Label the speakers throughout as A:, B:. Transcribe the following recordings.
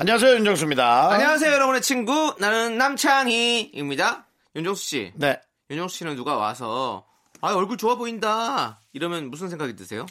A: 안녕하세요 윤정수입니다.
B: 안녕하세요, 여러분의 친구. 나는 남창희입니다. 윤정수 씨.
A: 네.
B: 윤정수 씨는 누가 와서, 아, 얼굴 좋아 보인다. 이러면 무슨 생각이 드세요?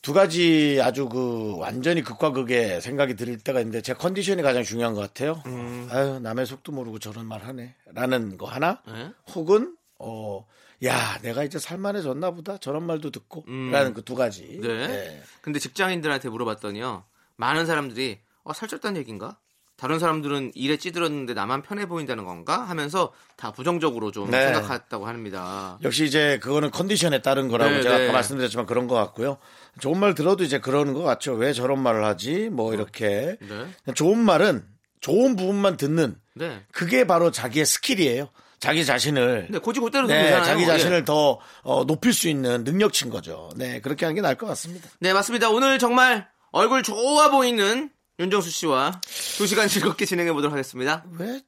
A: 두 가지 아주 그 완전히 극과 극의 생각이 들 때가 있는데 제 컨디션이 가장 중요한 것 같아요.
B: 음.
A: 아유 남의 속도 모르고 저런 말 하네라는 거 하나,
B: 네.
A: 혹은 어, 어야 내가 이제 살만해졌나 보다 저런 말도 듣고라는 그 두 가지.
B: 음. 네.
A: 예.
B: 근데 직장인들한테 물어봤더니요. 많은 사람들이, 어, 살쪘다는 얘기인가? 다른 사람들은 일에 찌들었는데 나만 편해 보인다는 건가? 하면서 다 부정적으로 좀
A: 네.
B: 생각했다고 합니다.
A: 역시 이제 그거는 컨디션에 따른 거라고
B: 네,
A: 제가
B: 네.
A: 아까 말씀드렸지만 그런 것 같고요. 좋은 말 들어도 이제 그러는 것 같죠. 왜 저런 말을 하지? 뭐 이렇게
B: 어. 네.
A: 좋은 말은 좋은 부분만 듣는
B: 네.
A: 그게 바로 자기의 스킬이에요. 자기 자신을
B: 근데 고지고대로
A: 네,
B: 되잖아요.
A: 자기 자신을
B: 예.
A: 더 어, 높일 수 있는 능력친 거죠. 네, 그렇게 하는 게 나을 것 같습니다.
B: 네, 맞습니다. 오늘 정말 얼굴 좋아 보이는 윤정수 씨와 두 시간 즐겁게 진행해 보도록 하겠습니다.
A: 왜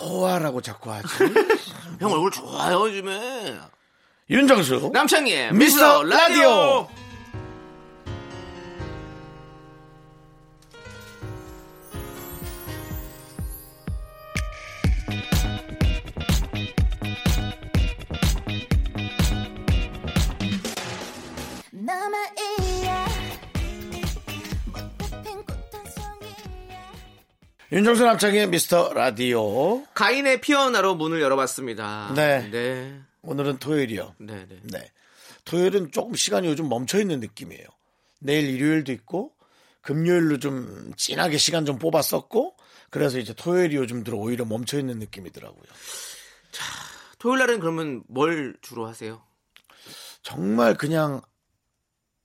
A: 좋아라고 자꾸 하지?
B: 형 얼굴 좋아요 요즘에
A: 윤정수.
B: 남창희의
A: 미스터
B: 미스터 라디오
A: 라디오.
C: 남아이야 못다핀 꽃단송이야
A: 윤정수 남창의 미스터 라디오.
B: 가인의 피어나로 문을 열어봤습니다
A: 네.
B: 네,
A: 오늘은 토요일이요.
B: 네, 네.
A: 네. 토요일은 조금 시간이 요즘 멈춰 있는 느낌이에요. 내일 일요일도 있고 금요일로 좀 진하게 시간 좀 뽑았었고 그래서 이제 토요일이 요즘 들어 오히려 멈춰 있는 느낌이더라고요.
B: 토요일날은 그러면 뭘 주로 하세요?
A: 정말 그냥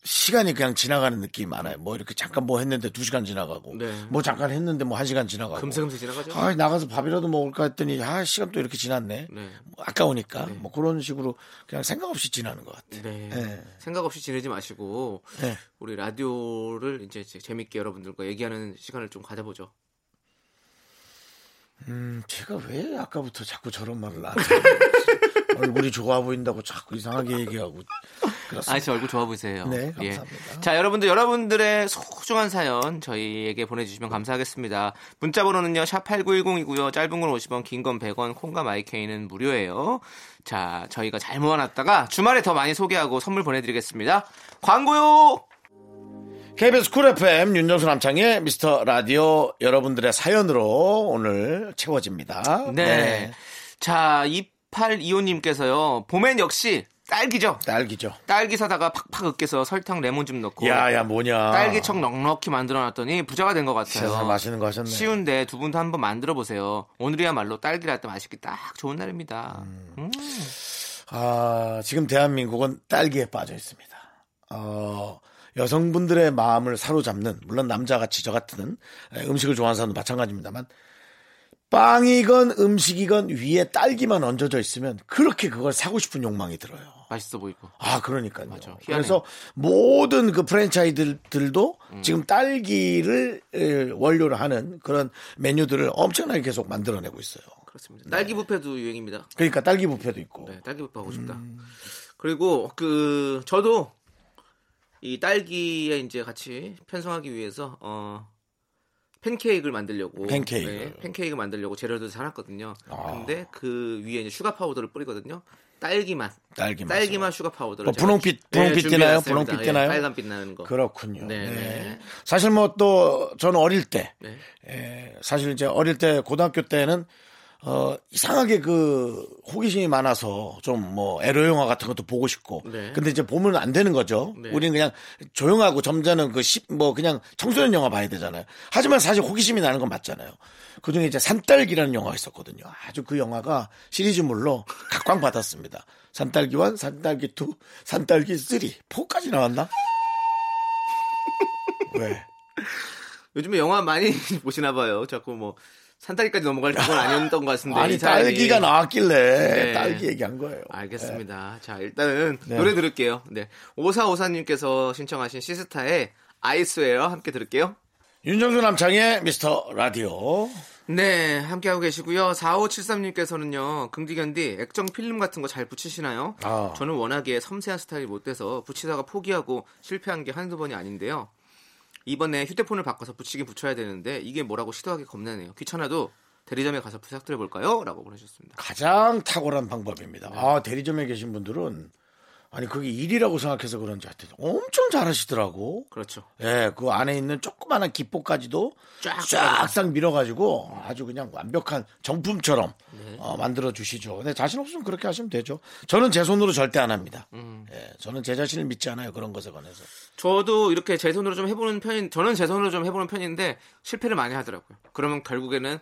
A: 시간이 그냥 지나가는 느낌이 많아요. 뭐 이렇게 잠깐 뭐 했는데 두 시간 지나가고
B: 네.
A: 뭐 잠깐 했는데 뭐 한 시간 지나가고
B: 금세금세 지나가죠?
A: 아 나가서 밥이라도 먹을까 했더니 아 시간 또 이렇게 지났네.
B: 네.
A: 뭐 아까우니까 뭐 그런 식으로 그냥 생각 없이 지나는 것 같아요.
B: 네.
A: 네.
B: 생각 없이 지내지 마시고
A: 네.
B: 우리 라디오를 이제 제- 재밌게 여러분들과 얘기하는 시간을 좀 가져보죠
A: 음, 제가 왜 아까부터 자꾸 저런 말을 나한테 얼굴이 좋아 보인다고 자꾸 이상하게 얘기하고 그렇습니다.
B: 아저 얼굴 좋아 보이세요 예.
A: 네, 감사합니다.
B: 자 여러분들 여러분들의 소중한 사연 저희에게 보내주시면 감사하겠습니다 문자번호는요 샵8910이고요 짧은 건 50원 긴 건 100원 콩과 마이케이는 무료예요 자 저희가 잘 모아놨다가 주말에 더 많이 소개하고 선물 보내드리겠습니다 광고요
A: KBS 쿨 FM 윤정수 남창의 미스터 라디오 여러분들의 사연으로 오늘 채워집니다.
B: 네. 자 2825님께서요 봄엔 역시 딸기죠
A: 딸기죠.
B: 딸기 사다가 팍팍 으깨서 설탕 레몬 좀 넣고
A: 야야 뭐냐.
B: 딸기청 넉넉히 만들어놨더니 부자가 된 것 같아요
A: 세상 맛있는 거 하셨네.
B: 쉬운데 두 분도 한번 만들어 보세요. 오늘이야말로 딸기 라떼 맛있기 딱 좋은 날입니다. 음.
A: 아, 지금 대한민국은 딸기에 빠져 있습니다. 어, 여성분들의 마음을 사로잡는, 물론 남자같이 저 같은 에, 음식을 좋아하는 사람도 마찬가지입니다만, 빵이건 음식이건 위에 딸기만 얹어져 있으면 그렇게 그걸 사고 싶은 욕망이 들어요.
B: 맛있어 보이고.
A: 아, 그러니까요.
B: 맞아. 희한해요.
A: 그래서 모든 그 프랜차이들도
B: 음.
A: 지금 딸기를 에, 원료로 하는 그런 메뉴들을 엄청나게 계속 만들어내고 있어요.
B: 그렇습니다. 딸기
A: 네.
B: 뷔페도 유행입니다.
A: 그러니까 딸기 뷔페도 있고.
B: 네, 딸기 뷔페 하고 싶다.
A: 음.
B: 그리고 그 저도 이 딸기에 이제 같이 편성하기 위해서 어 팬케이크를 만들려고 네,
A: 팬케이크. 아.
B: 팬케이크 만들려고 재료도 사놨거든요. 근데 그 위에 이제 슈가 파우더를 뿌리거든요. 딸기맛.
A: 딸기만.
B: 딸기맛 슈가 파우더를
A: 어,
B: 제가
A: 분홍빛,
B: 주- 네,
A: 분홍빛
B: 준비해놨습니다.
A: 띠나요? 분홍빛
B: 예,
A: 띠나요?
B: 빨간빛 나는 거.
A: 그렇군요.
B: 네,
A: 네.
B: 네.
A: 사실 뭐 또 저는 어릴 때,
B: 네.
A: 예, 사실 이제 어릴 때 고등학교 때는 어 이상하게 그 호기심이 많아서 좀 뭐 에로 영화 같은 것도 보고 싶고.
B: 네.
A: 근데 이제 보면 안 되는 거죠.
B: 네.
A: 우리는 그냥 조용하고 점잖은 그뭐 그냥 청소년 영화 봐야 되잖아요. 하지만 사실 호기심이 나는 건 맞잖아요. 그중에 이제 산딸기라는 영화가 있었거든요. 아주 그 영화가 시리즈물로 각광 받았습니다. 산딸기 1, 산딸기 2, 산딸기 3, 4까지 나왔나? 왜?
B: 요즘에 영화 많이 보시나 봐요. 자꾸 뭐 산딸기까지 넘어갈 건 아니었던 것 같은데.
A: 아니
B: 이 사람이.
A: 딸기가 나왔길래
B: 네. 아,
A: 딸기 얘기한 거예요.
B: 알겠습니다. 자, 일단은
A: 네.
B: 노래 들을게요. 네. 오사오사님께서 신청하신 시스타의 아이스웨어 함께 들을게요.
A: 윤정수 남창의 미스터 라디오.
B: 네, 함께하고 계시고요. 4573님께서는요, 긍디견디 액정 필름 같은 거 잘 붙이시나요?
A: 아.
B: 저는 워낙에 섬세한 스타일이 못 돼서 붙이다가 포기하고 실패한 게 한두 번이 아닌데요. 이번에 휴대폰을 바꿔서 붙이긴 붙여야 되는데 이게 뭐라고 시도하기 겁나네요. 귀찮아도 대리점에 가서 부탁드려 볼까요? 라고 보내주셨습니다.
A: 가장 탁월한 방법입니다.
B: 네.
A: 아, 대리점에 계신 분들은 아니 그게 일이라고 생각해서 그런지 하여튼 엄청 잘하시더라고.
B: 그렇죠.
A: 예, 그 안에 있는 조그마한 기포까지도
B: 쫙
A: 쫙싹 밀어가지고 아주 그냥 완벽한 정품처럼
B: 네.
A: 어, 만들어 주시죠. 근데 자신 없으면 그렇게 하시면 되죠. 저는 제 손으로 절대 안 합니다.
B: 음.
A: 예, 저는 제 자신을 믿지 않아요 그런 것에 관해서.
B: 저도 이렇게 제 손으로 좀 해보는 편인, 저는 제 손으로 좀 해보는 편인데 실패를 많이 하더라고요. 그러면 결국에는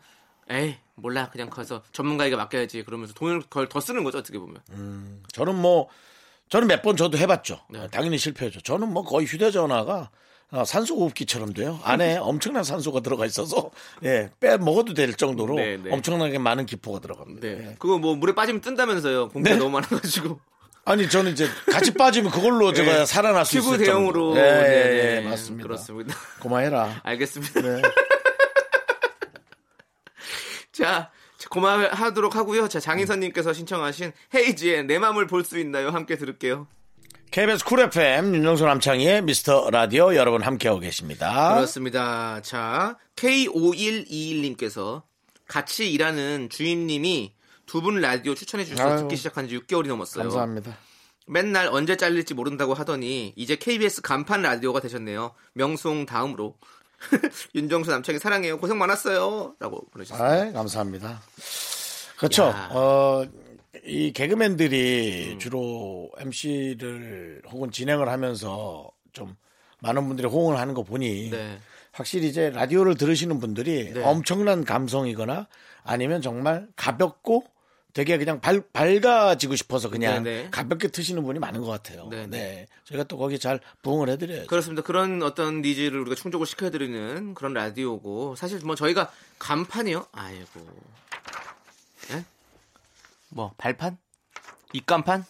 B: 에이 몰라 그냥 가서 전문가에게 맡겨야지 그러면서 돈을 걸 더 쓰는 거죠 어떻게 보면.
A: 저는 뭐 저는 몇 번 저도 해봤죠.
B: 네.
A: 당연히 실패했죠. 저는 뭐 거의 휴대전화가 아, 산소 호흡기처럼 돼요. 안에 엄청난 산소가 들어가 있어서 예, 빼 먹어도 될 정도로
B: 네, 네.
A: 엄청나게 많은 기포가 들어갑니다.
B: 네.
A: 예.
B: 그거 뭐 물에 빠지면 뜬다면서요. 공기가
A: 네?
B: 너무 많아가지고.
A: 아니 저는 이제 같이 빠지면 그걸로 제가
B: 네.
A: 살아날 수 있을 정도.
B: 튜브 대용으로.
A: 예,
B: 네,
A: 예,
B: 네.
A: 예, 맞습니다.
B: 그렇습니다. 아.
A: 고마해라.
B: 알겠습니다.
A: 네.
B: 자, 고마워하도록 하고요. 자, 장인선님께서 신청하신 헤이지의 내 맘을 볼 수 있나요? 함께 들을게요.
A: KBS 쿨 FM 윤정수 남창희의 미스터 라디오 여러분 함께하고 계십니다.
B: 그렇습니다. 자, K5121님께서 같이 일하는 주임님이 두 분 라디오 추천해 주셔서
A: 아유,
B: 듣기 시작한 지 6개월이 넘었어요.
A: 감사합니다.
B: 맨날 언제 잘릴지 모른다고 하더니 이제 KBS 간판 라디오가 되셨네요. 명송 다음으로 윤정수 남창이 사랑해요. 고생 많았어요라고 보내셨습니다.
A: 아, 감사합니다. 그렇죠.
B: 야. 음.
A: 어, 이 개그맨들이 주로 MC를 혹은 진행을 하면서 좀 많은 분들이 호응을 하는 거 보니
B: 네.
A: 확실히 이제 라디오를 들으시는 분들이
B: 네.
A: 엄청난 감성이거나 아니면 정말 가볍고 되게 그냥 발, 밝아지고 싶어서 그냥
B: 네네.
A: 가볍게 트시는 분이 많은 것 같아요.
B: 네네.
A: 네. 저희가 또 거기 잘 부응을 해드려야죠.
B: 그렇습니다. 그런 어떤 니즈를 우리가 충족을 시켜드리는 그런 라디오고 사실 뭐 저희가 간판이요? 아이고. 예? 뭐 발판? 입간판?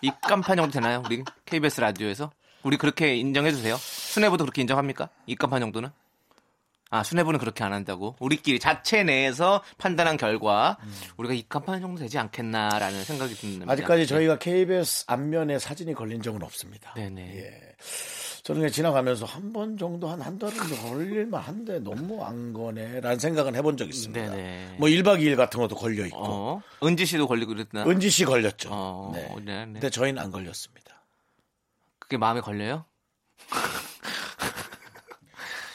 B: 입간판 정도 되나요? 우리 KBS 라디오에서 우리 그렇게 인정해 주세요. 수뇌부도 그렇게 인정합니까? 입간판 정도는? 아 수뇌부는 그렇게 안 한다고 우리끼리 자체 내에서 판단한 결과 우리가 입간판 정도 되지 않겠나라는 생각이
A: 음.
B: 듭니다. 네.
A: 아직까지 저희가 KBS 안면에 사진이 걸린 적은 없습니다. 예.
B: 네네.
A: 저는 그냥 지나가면서 한 번 정도 한 한 달 정도 걸릴만 한데 너무 안 거네라는 생각은 해본 적 있습니다.
B: 네네.
A: 뭐 1박 2일 같은 것도 걸려 있고
B: 어 은지 씨도 걸리고 그랬나?
A: 은지 씨 걸렸죠.
B: 어,
A: 네.
B: 네, 네.
A: 근데 저희는 안 걸렸습니다.
B: 그게 마음에 걸려요?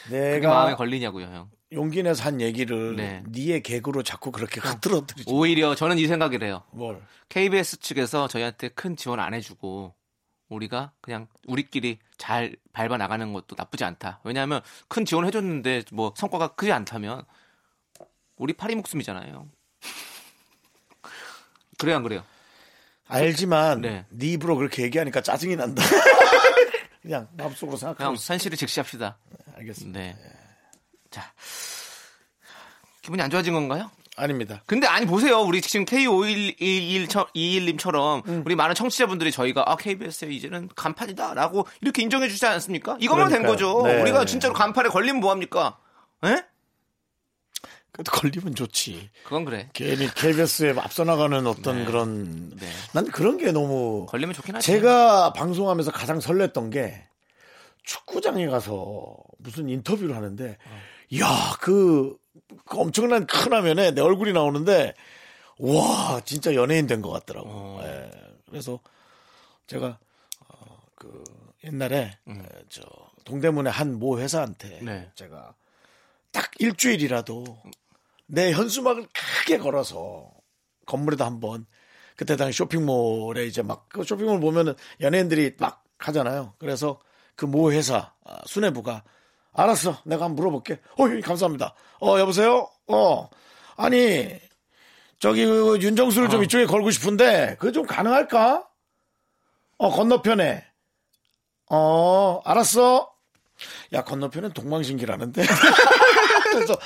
B: 그게 마음에
A: 내가
B: 걸리냐고요, 형.
A: 용기 내서 한 얘기를
B: 네. 어.
A: 니의 개그로 자꾸 그렇게 흐트러뜨리지.
B: 오히려 저는 이 생각이래요.
A: 뭘?
B: KBS 측에서 저희한테 큰 지원 안 해주고 우리가 그냥 우리끼리 잘 밟아 나가는 것도 나쁘지 않다. 왜냐하면 큰 지원 해줬는데 뭐 성과가 크지 않다면 우리 파리 목숨이잖아요. 그래요, 안 그래요?
A: 알지만
B: 네.
A: 네. 입으로 그렇게 얘기하니까 짜증이 난다. 그냥 마음속으로 생각하고
B: 그냥
A: 있어.
B: 현실을 직시합시다.
A: 알겠습니다.
B: 네. 자, 기분이 안 좋아진 건가요?
A: 아닙니다.
B: 근데 아니 보세요. 우리 지금 K5121님처럼
A: 음.
B: 우리 많은 청취자분들이 저희가 아 KBS에 이제는 간판이다라고 이렇게 인정해 주지 않습니까? 이거만 된
A: 그러니까요.
B: 거죠.
A: 네.
B: 우리가 진짜로 간판에 걸리면 뭐 합니까? 예?
A: 그래도 걸리면 좋지.
B: 그건 그래.
A: 괜히 KBS에 앞서 나가는 어떤 그런
B: 네.
A: 난 그런 게 너무
B: 걸리면 좋긴 하지.
A: 제가 방송하면서 가장 설렜던 게 축구장에 가서 무슨 인터뷰를 하는데
B: 어.
A: 이야 그, 그 엄청난 큰 화면에 내 얼굴이 나오는데 와 진짜 연예인 된 것 같더라고. 예. 그래서 제가 어, 그 옛날에 에, 저 동대문의 한 모 회사한테
B: 네.
A: 제가 딱 일주일이라도 내 현수막을 크게 걸어서 건물에다 한번 그때 당시 쇼핑몰에 이제 막 그 쇼핑몰 보면은 연예인들이 막 하잖아요. 그래서 그 모 회사 아, 수뇌부가 알았어, 내가 한번 물어볼게. 어, 예, 감사합니다. 어, 여보세요. 어, 아니 저기 그 윤정수를
B: 어.
A: 좀 이쪽에 걸고 싶은데 그게 좀 가능할까? 어, 건너편에. 어, 알았어. 야 건너편은 동방신기라는데. 그래서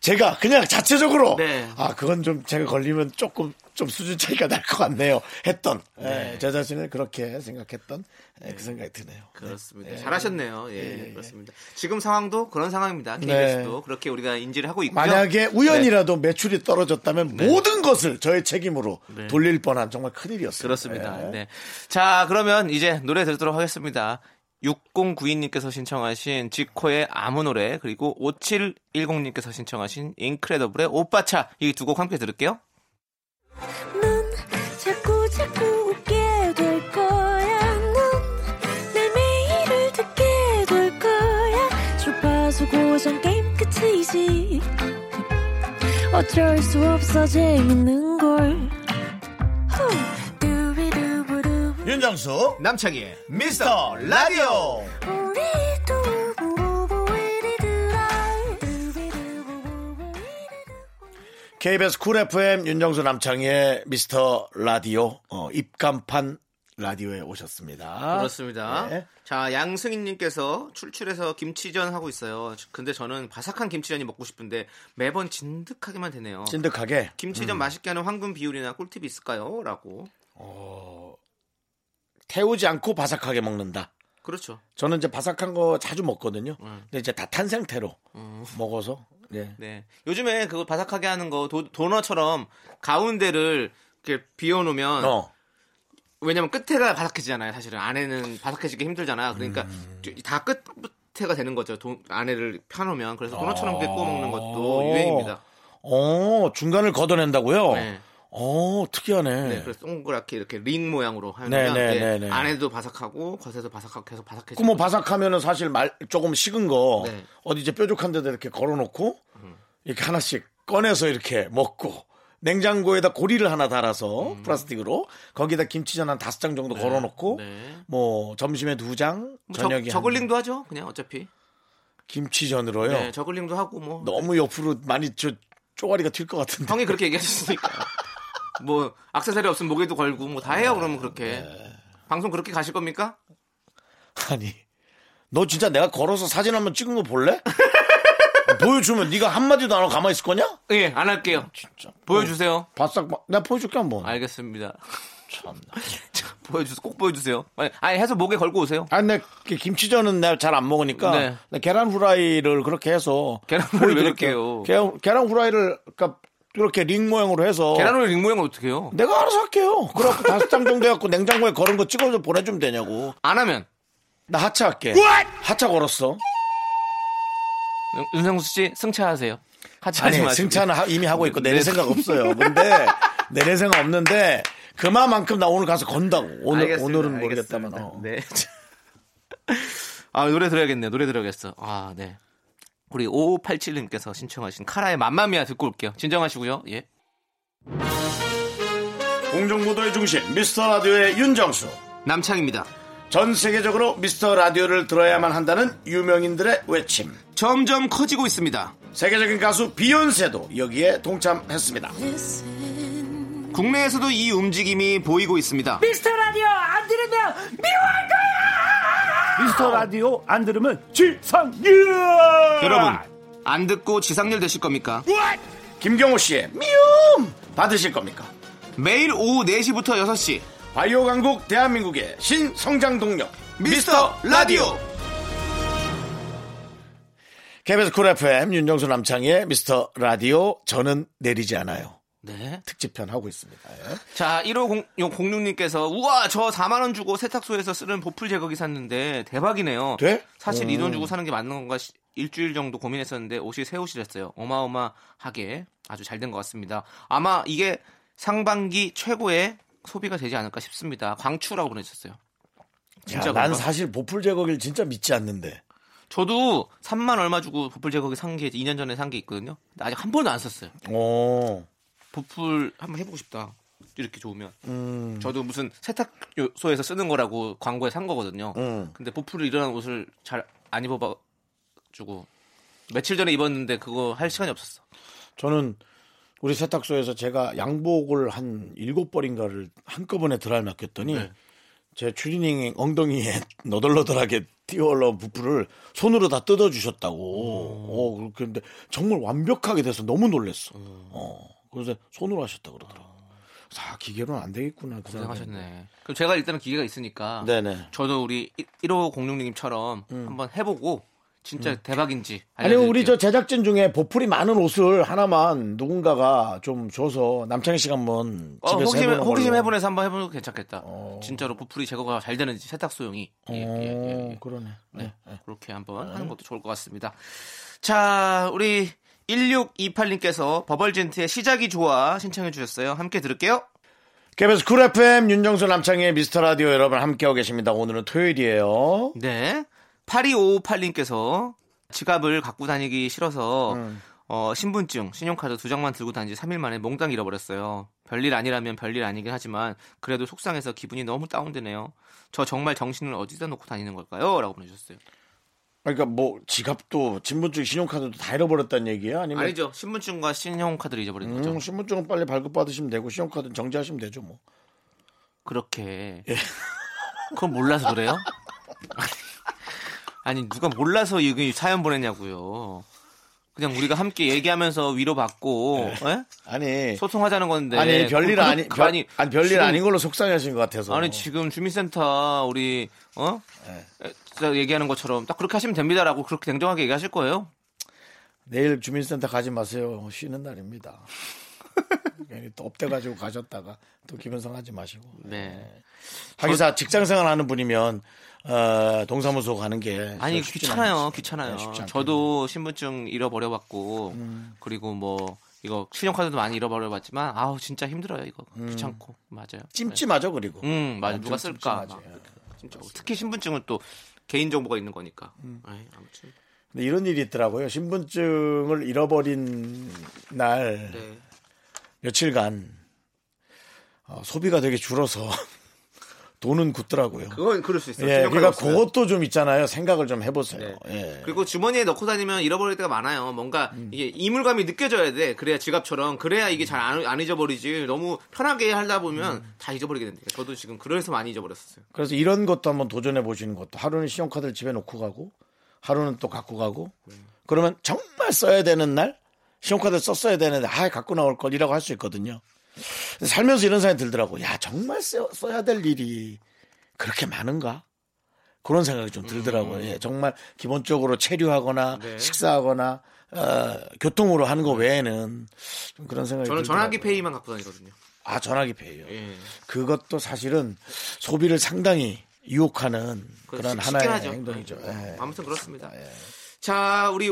A: 제가 그냥 자체적으로
B: 네.
A: 아 그건 좀 제가 걸리면 조금 좀 수준 차이가 날 것 같네요. 했던 예, 제 자신을 그렇게 생각했던 예, 그 생각이 드네요.
B: 그렇습니다. 잘하셨네요. 예, 그렇습니다. 지금 상황도 그런 상황입니다. KBS도 그렇게 우리가 인지를 하고 있고요.
A: 네. 만약에 우연이라도
B: 네.
A: 매출이 떨어졌다면 모든 것을 저의 책임으로 돌릴 뻔한 정말 큰일이었어요.
B: 그렇습니다.
A: 예.
B: 네. 자, 그러면 이제 노래 들도록 하겠습니다. 6092님께서 신청하신 지코의 아무 노래 그리고 5710님께서 신청하신 인크레더블의 오빠차 이 두 곡 함께 들을게요.
C: 넌 자꾸 자꾸 웃게 될 거야. 넌내 매일을 듣게 될 거야. 주파수 고정 게임 끝이지. 어쩔 수 없어 재밌는 걸. 후. 두비두부두.
A: 윤정수
B: 남창희의
A: 미스터 라디오
C: 우리 두부부부 우리 두라. 두비두부부부 우리 두라.
A: KBS 쿨 FM 윤정수 남창희의 미스터 라디오 어, 입간판 라디오에 오셨습니다.
B: 아, 그렇습니다.
A: 네.
B: 자, 양승희님께서 출출해서 김치전 하고 있어요. 근데 저는 바삭한 김치전이 먹고 싶은데 매번 진득하게만 음. 되네요.
A: 찐득하게
B: 김치전 맛있게 하는 황금 비율이나 꿀팁이 있을까요? 라고.
A: 태우지 않고 바삭하게 먹는다.
B: 그렇죠.
A: 저는 이제 바삭한 거 자주 먹거든요.
B: 음.
A: 근데 이제 다 탄 상태로 먹어서 예.
B: 네. 요즘에 그거 바삭하게 하는 거 도, 도너처럼 가운데를 이렇게 비워놓으면
A: 어.
B: 왜냐면 끝에가 바삭해지잖아요. 사실은 안에는 바삭해지기 힘들잖아. 그러니까
A: 음.
B: 다 끝부터가 되는 거죠. 도, 안에를 펴놓으면 그래서 도너처럼 이렇게 구워 먹는 것도 유행입니다.
A: 어, 중간을 걷어낸다고요?
B: 네.
A: 어, 특이하네.
B: 네, 그래서 동그랗게 이렇게 링 모양으로 하면
A: 네,
B: 네,
A: 네, 네, 네.
B: 안에도 바삭하고 겉에도 바삭하고 계속 바삭해지고
A: 그뭐 바삭하면은 사실 말 조금 식은 거
B: 네.
A: 어디 이제 뾰족한 데다 이렇게 걸어놓고 이렇게 하나씩 꺼내서 이렇게 먹고 냉장고에다 고리를 하나 달아서
B: 음.
A: 플라스틱으로 거기다 김치전 한 다섯 장 정도 걸어놓고
B: 네.
A: 뭐 점심에 두 장,
B: 뭐 저,
A: 저녁에 한
B: 저글링도 하죠. 그냥 어차피
A: 김치전으로요.
B: 네, 저글링도 하고 뭐
A: 너무 옆으로 많이 저 쪼가리가 튈 것 같은데.
B: 형이 그렇게 얘기하셨으니까 뭐 악세사리 없으면 목에도 걸고 뭐 다 해요 그러면 그렇게
A: 네.
B: 방송 그렇게 가실 겁니까?
A: 아니, 너 진짜 내가 걸어서 사진 한번 찍은 거 볼래? 보여주면 네가 한 마디도 안 하고 가만히 있을 거냐?
B: 예 안 할게요
A: 진짜.
B: 보여주세요
A: 바싹 바- 내가 보여줄게 한번.
B: 알겠습니다
A: 참나.
B: 자, 보여주세요 꼭 보여주세요 아니, 아니, 해서 목에 걸고 오세요
A: 아니, 내 김치전은 내가 잘 안 먹으니까
B: 네.
A: 내 계란 후라이를 그렇게 해서
B: 계란 후라이 왜
A: 보여드릴게요.
B: 그렇게요?
A: 계란, 계란 후라이를 그러니까 그렇게 링 모양으로 해서
B: 계란으로 링 모양을 어떻게 해요?
A: 내가 알아서 할게요. 그래갖고 다섯 장 정도 해갖고 냉장고에 걸은 거 찍어서 보내주면 되냐고.
B: 안 하면
A: 나 하차 할게. 하차 걸었어.
B: 윤- 윤상수 씨 승차하세요 하차하지
A: 아니
B: 마시고
A: 승차는 하- 이미 하고 있고 내릴
B: 네.
A: 생각 없어요. 근데 내릴 생각 없는데 그만큼 나 오늘 가서 건다고. 오늘
B: 알겠습니다.
A: 오늘은
B: 알겠습니다.
A: 모르겠다만. 어.
B: 네. 아 노래 들어야겠네. 노래 들어야겠어. 아 네. 우리 5587님께서 신청하신 카라의 맘마미아 듣고 올게요. 진정하시고요. 예.
A: 공중부도의 중심 미스터 라디오의 윤정수.
B: 남창입니다.
A: 전 세계적으로 미스터 라디오를 들어야만 한다는 유명인들의 외침.
B: 점점 커지고 있습니다.
A: 세계적인 가수 비욘세도 여기에 동참했습니다.
B: 국내에서도 이 움직임이 보이고 있습니다.
D: 미스터 라디오 안 들으면 지상렬
B: 여러분, 안 듣고 지상렬 되실 겁니까?
A: 김경호 씨의 미움 받으실 겁니까?
B: 매일 오후 4시부터 6시
A: 바이오 강국 대한민국의 신성장 동력
B: 미스터 라디오.
A: KBS 쿨 FM 윤정수 남창희의 미스터 라디오 저는 내리지 않아요.
B: 네.
A: 특집편 하고 있습니다. 예.
B: 자, 1506님께서 우와 저 4만 원 주고 세탁소에서 쓰는 보풀 제거기 샀는데 대박이네요.
A: 돼?
B: 사실 이 돈 주고 사는 게 맞는 건가 시- 일주일 정도 고민했었는데 옷이 새 옷이랬어요. 어마어마하게 아주 잘 된 것 같습니다. 아마 이게 상반기 최고의 소비가 되지 않을까 싶습니다. 광추라고 보내주셨어요. 진짜
A: 야, 난
B: 그런가?
A: 사실 보풀 제거기를 진짜 믿지 않는데.
B: 저도 3만 얼마 주고 보풀 제거기 산 게 2년 전에 산 게 있거든요. 근데 아직 한 번도 안 썼어요.
A: 오.
B: 보풀 한번 해보고 싶다. 이렇게 좋으면.
A: 음.
B: 저도 무슨 세탁소에서 쓰는 거라고 광고에 산 거거든요.
A: 음.
B: 근데 보풀을 일어난 옷을 잘 안 입어봐주고 며칠 전에 입었는데 그거 할 시간이 없었어.
A: 저는 우리 세탁소에서 제가 양복을 한 일곱
B: 네.
A: 벌인가를 한꺼번에 드라이 맡겼더니 제 추리닝 엉덩이에 너덜너덜하게 뛰어올라온 부풀을 손으로 다
B: 음.
A: 뜯어주셨다고. 어, 그런데 정말 완벽하게 돼서 너무 놀랬어.
B: 음.
A: 어, 그래서 손으로 하셨다 그러더라고. 아, 기계로는 안 되겠구나. 그 사람은.
B: 고생하셨네. 그럼 제가 일단은 기계가 있으니까
A: 네네. 음.
B: 저도 우리 1506님처럼 한번 해보고 진짜 대박인지
A: 아니
B: 알려드릴게요.
A: 우리 저 제작진 중에 보풀이 많은 옷을 하나만 누군가가 좀 줘서 남창희 씨가 한번
B: 어,
A: 집에서
B: 호기심,
A: 해보는
B: 호기심
A: 걸로. 어.
B: 해보내서 한번 해보면 괜찮겠다. 진짜로 부풀이 제거가 잘 되는지 세탁 소용이 예, 예, 예,
A: 어,
B: 예.
A: 그러네.
B: 네, 그렇게 한번 하는 것도 좋을 것 같습니다. 자, 우리 1628님께서 버벌진트의 시작이 좋아 신청해 주셨어요. 함께 들을게요.
A: KBS 쿨 FM 윤정수 남창희의 미스터 라디오 여러분 함께하고 계십니다. 오늘은 토요일이에요.
B: 네. 8258님께서 지갑을 갖고 다니기 싫어서 어, 신분증, 신용카드 두 장만 들고 다닌 지 3일 만에 몽땅 잃어버렸어요. 별일 아니라면 별일 아니긴 하지만 그래도 속상해서 기분이 너무 다운되네요. 저 정말 정신을 어디다 놓고 다니는 걸까요? 라고 보내주셨어요.
A: 그러니까 뭐 지갑도 신분증, 신용카드도 다 잃어버렸다는 얘기야? 아니면
B: 아니죠. 신분증과 신용카드를 잊어버린
A: 음,
B: 거죠.
A: 신분증은 빨리 발급 받으시면 되고 신용카드는 정지하시면 되죠 뭐.
B: 그렇게.
A: 예.
B: 그건 몰라서 그래요? 아니, 누가 몰라서 이 사연 보냈냐고요. 그냥 우리가 함께 얘기하면서 위로받고, 예?
A: 아니
B: 소통하자는 건데.
A: 아니 별일
B: 네. 그럼
A: 아니
B: 그-
A: 별,
B: 아니,
A: 아니, 별일
B: 지금-
A: 아닌 걸로 속상해하신 것 같아서.
B: 아니 지금 주민센터 우리 어
A: 예.
B: 에, 진짜 얘기하는 것처럼 딱 그렇게 하시면 됩니다라고 그렇게 냉정하게 얘기하실 거예요?
A: 내일 주민센터 가지 마세요. 쉬는 날입니다. 괜히 또 업돼가지고 가셨다가 또 기분상 하지 마시고.
B: 네.
A: 하기사 직장생활 하는 분이면 어, 동사무소 가는 게
B: 아니
A: 쉽진
B: 귀찮아요,
A: 않겠죠.
B: 귀찮아요.
A: 네, 쉽지 음. 않겠네요.
B: 저도 신분증 잃어버려봤고 그리고 뭐 이거 신용카드도 많이 잃어버려봤지만 아우 진짜 힘들어요 이거 귀찮고 맞아요.
A: 음. 찜찜하죠 그리고.
B: 음 맞아
A: 엄청
B: 누가 쓸까?
A: 찜찜하지. 예.
B: 막. 찜찜하고. 특히 신분증은 또 개인 정보가 있는 거니까.
A: 음.
B: 에이, 아무튼
A: 근데 이런 일이 있더라고요. 신분증을 잃어버린 날
B: 네.
A: 며칠간 어, 소비가 되게 줄어서 돈은 굳더라고요.
B: 그건 그럴 수 있어요.
A: 예,
B: 신용카드
A: 그러니까
B: 없으면.
A: 그것도 좀 있잖아요. 생각을 좀 해보세요.
B: 네.
A: 예.
B: 그리고 주머니에 넣고 다니면 잃어버릴 때가 많아요. 뭔가
A: 음.
B: 이게 이물감이 느껴져야 돼. 그래야 지갑처럼 그래야 이게 잘 안 잊어버리지. 너무 편하게 하다 보면
A: 음.
B: 다 잊어버리게 된대요. 저도 지금 그래서 많이 잊어버렸어요.
A: 그래서 이런 것도 한번 도전해 보시는 것도 하루는 신용카드를 집에 놓고 가고 하루는 또 갖고 가고 그러면 정말 써야 되는 날 신용카드를 썼어야 되는데 아 갖고 나올 걸 이라고 할 수 있거든요. 근데 살면서 이런 생각이 들더라고. 야 정말 써, 써야 될 일이 그렇게 많은가? 그런 생각이 좀 들더라고요. 예, 정말 기본적으로 체류하거나
B: 음. 네.
A: 식사하거나 어, 교통으로 하는 거 외에는 좀 그런 생각이
B: 저는
A: 들더라고요.
B: 전화기 페이만 갖고 다니거든요.
A: 아 전화기 페이요.
B: 예.
A: 그것도 사실은 소비를 상당히 유혹하는 그런
B: 시-
A: 하나의
B: 시킨하죠.
A: 행동이죠.
B: 네.
A: 예.
B: 아무튼 그렇습니다. 자, 우리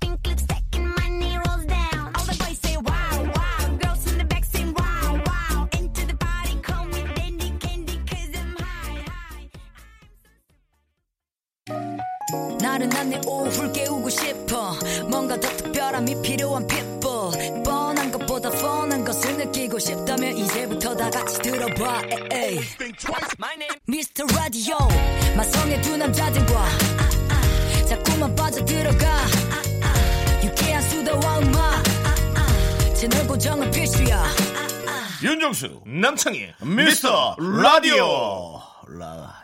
C: pink lipstick and my knee rolls down. All the boys say wow, wow. Girls in the back say wow, wow. Into the party, call me Dandy Candy, cause I'm high, high.
E: 나른한 내 오후를 깨우고 싶어 뭔가 더 특별함이 필요한 people 뻔한 것보다 뻔한 것을 느끼고 싶다면 이제부터 다 같이 들어봐 에이. Mr. Radio 마성의 두 남자들과 아, 아, 자꾸만 빠져들어가 아, 아, 유쾌한 수다와 음악 아, 아, 채널 고정은 필수야
F: 윤정수 남창희 미스터 라디오
A: 라디오.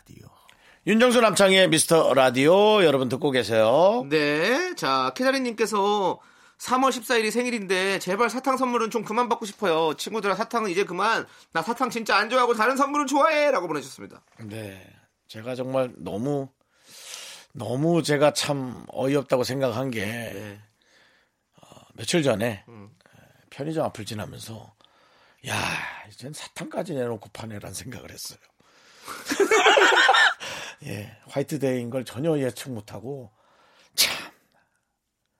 A: 윤정수 남창의 미스터 라디오 여러분 듣고 계세요.
B: 네. 자, 케자리님께서 3월 14일이 생일인데 제발 사탕 선물은 좀 그만 받고 싶어요. 친구들아 사탕은 이제 그만. 나 사탕 진짜 안 좋아하고 다른 선물은 좋아해. 라고 보내주셨습니다.
A: 네. 제가 정말 너무 너무 제가 참 어이없다고 생각한 게 어,
B: 네.
A: 며칠 전에 편의점 앞을 지나면서 야 이젠 사탕까지 내놓고 파네란 생각을 했어요. 예, 화이트데이인 걸 전혀 예측 못하고 참,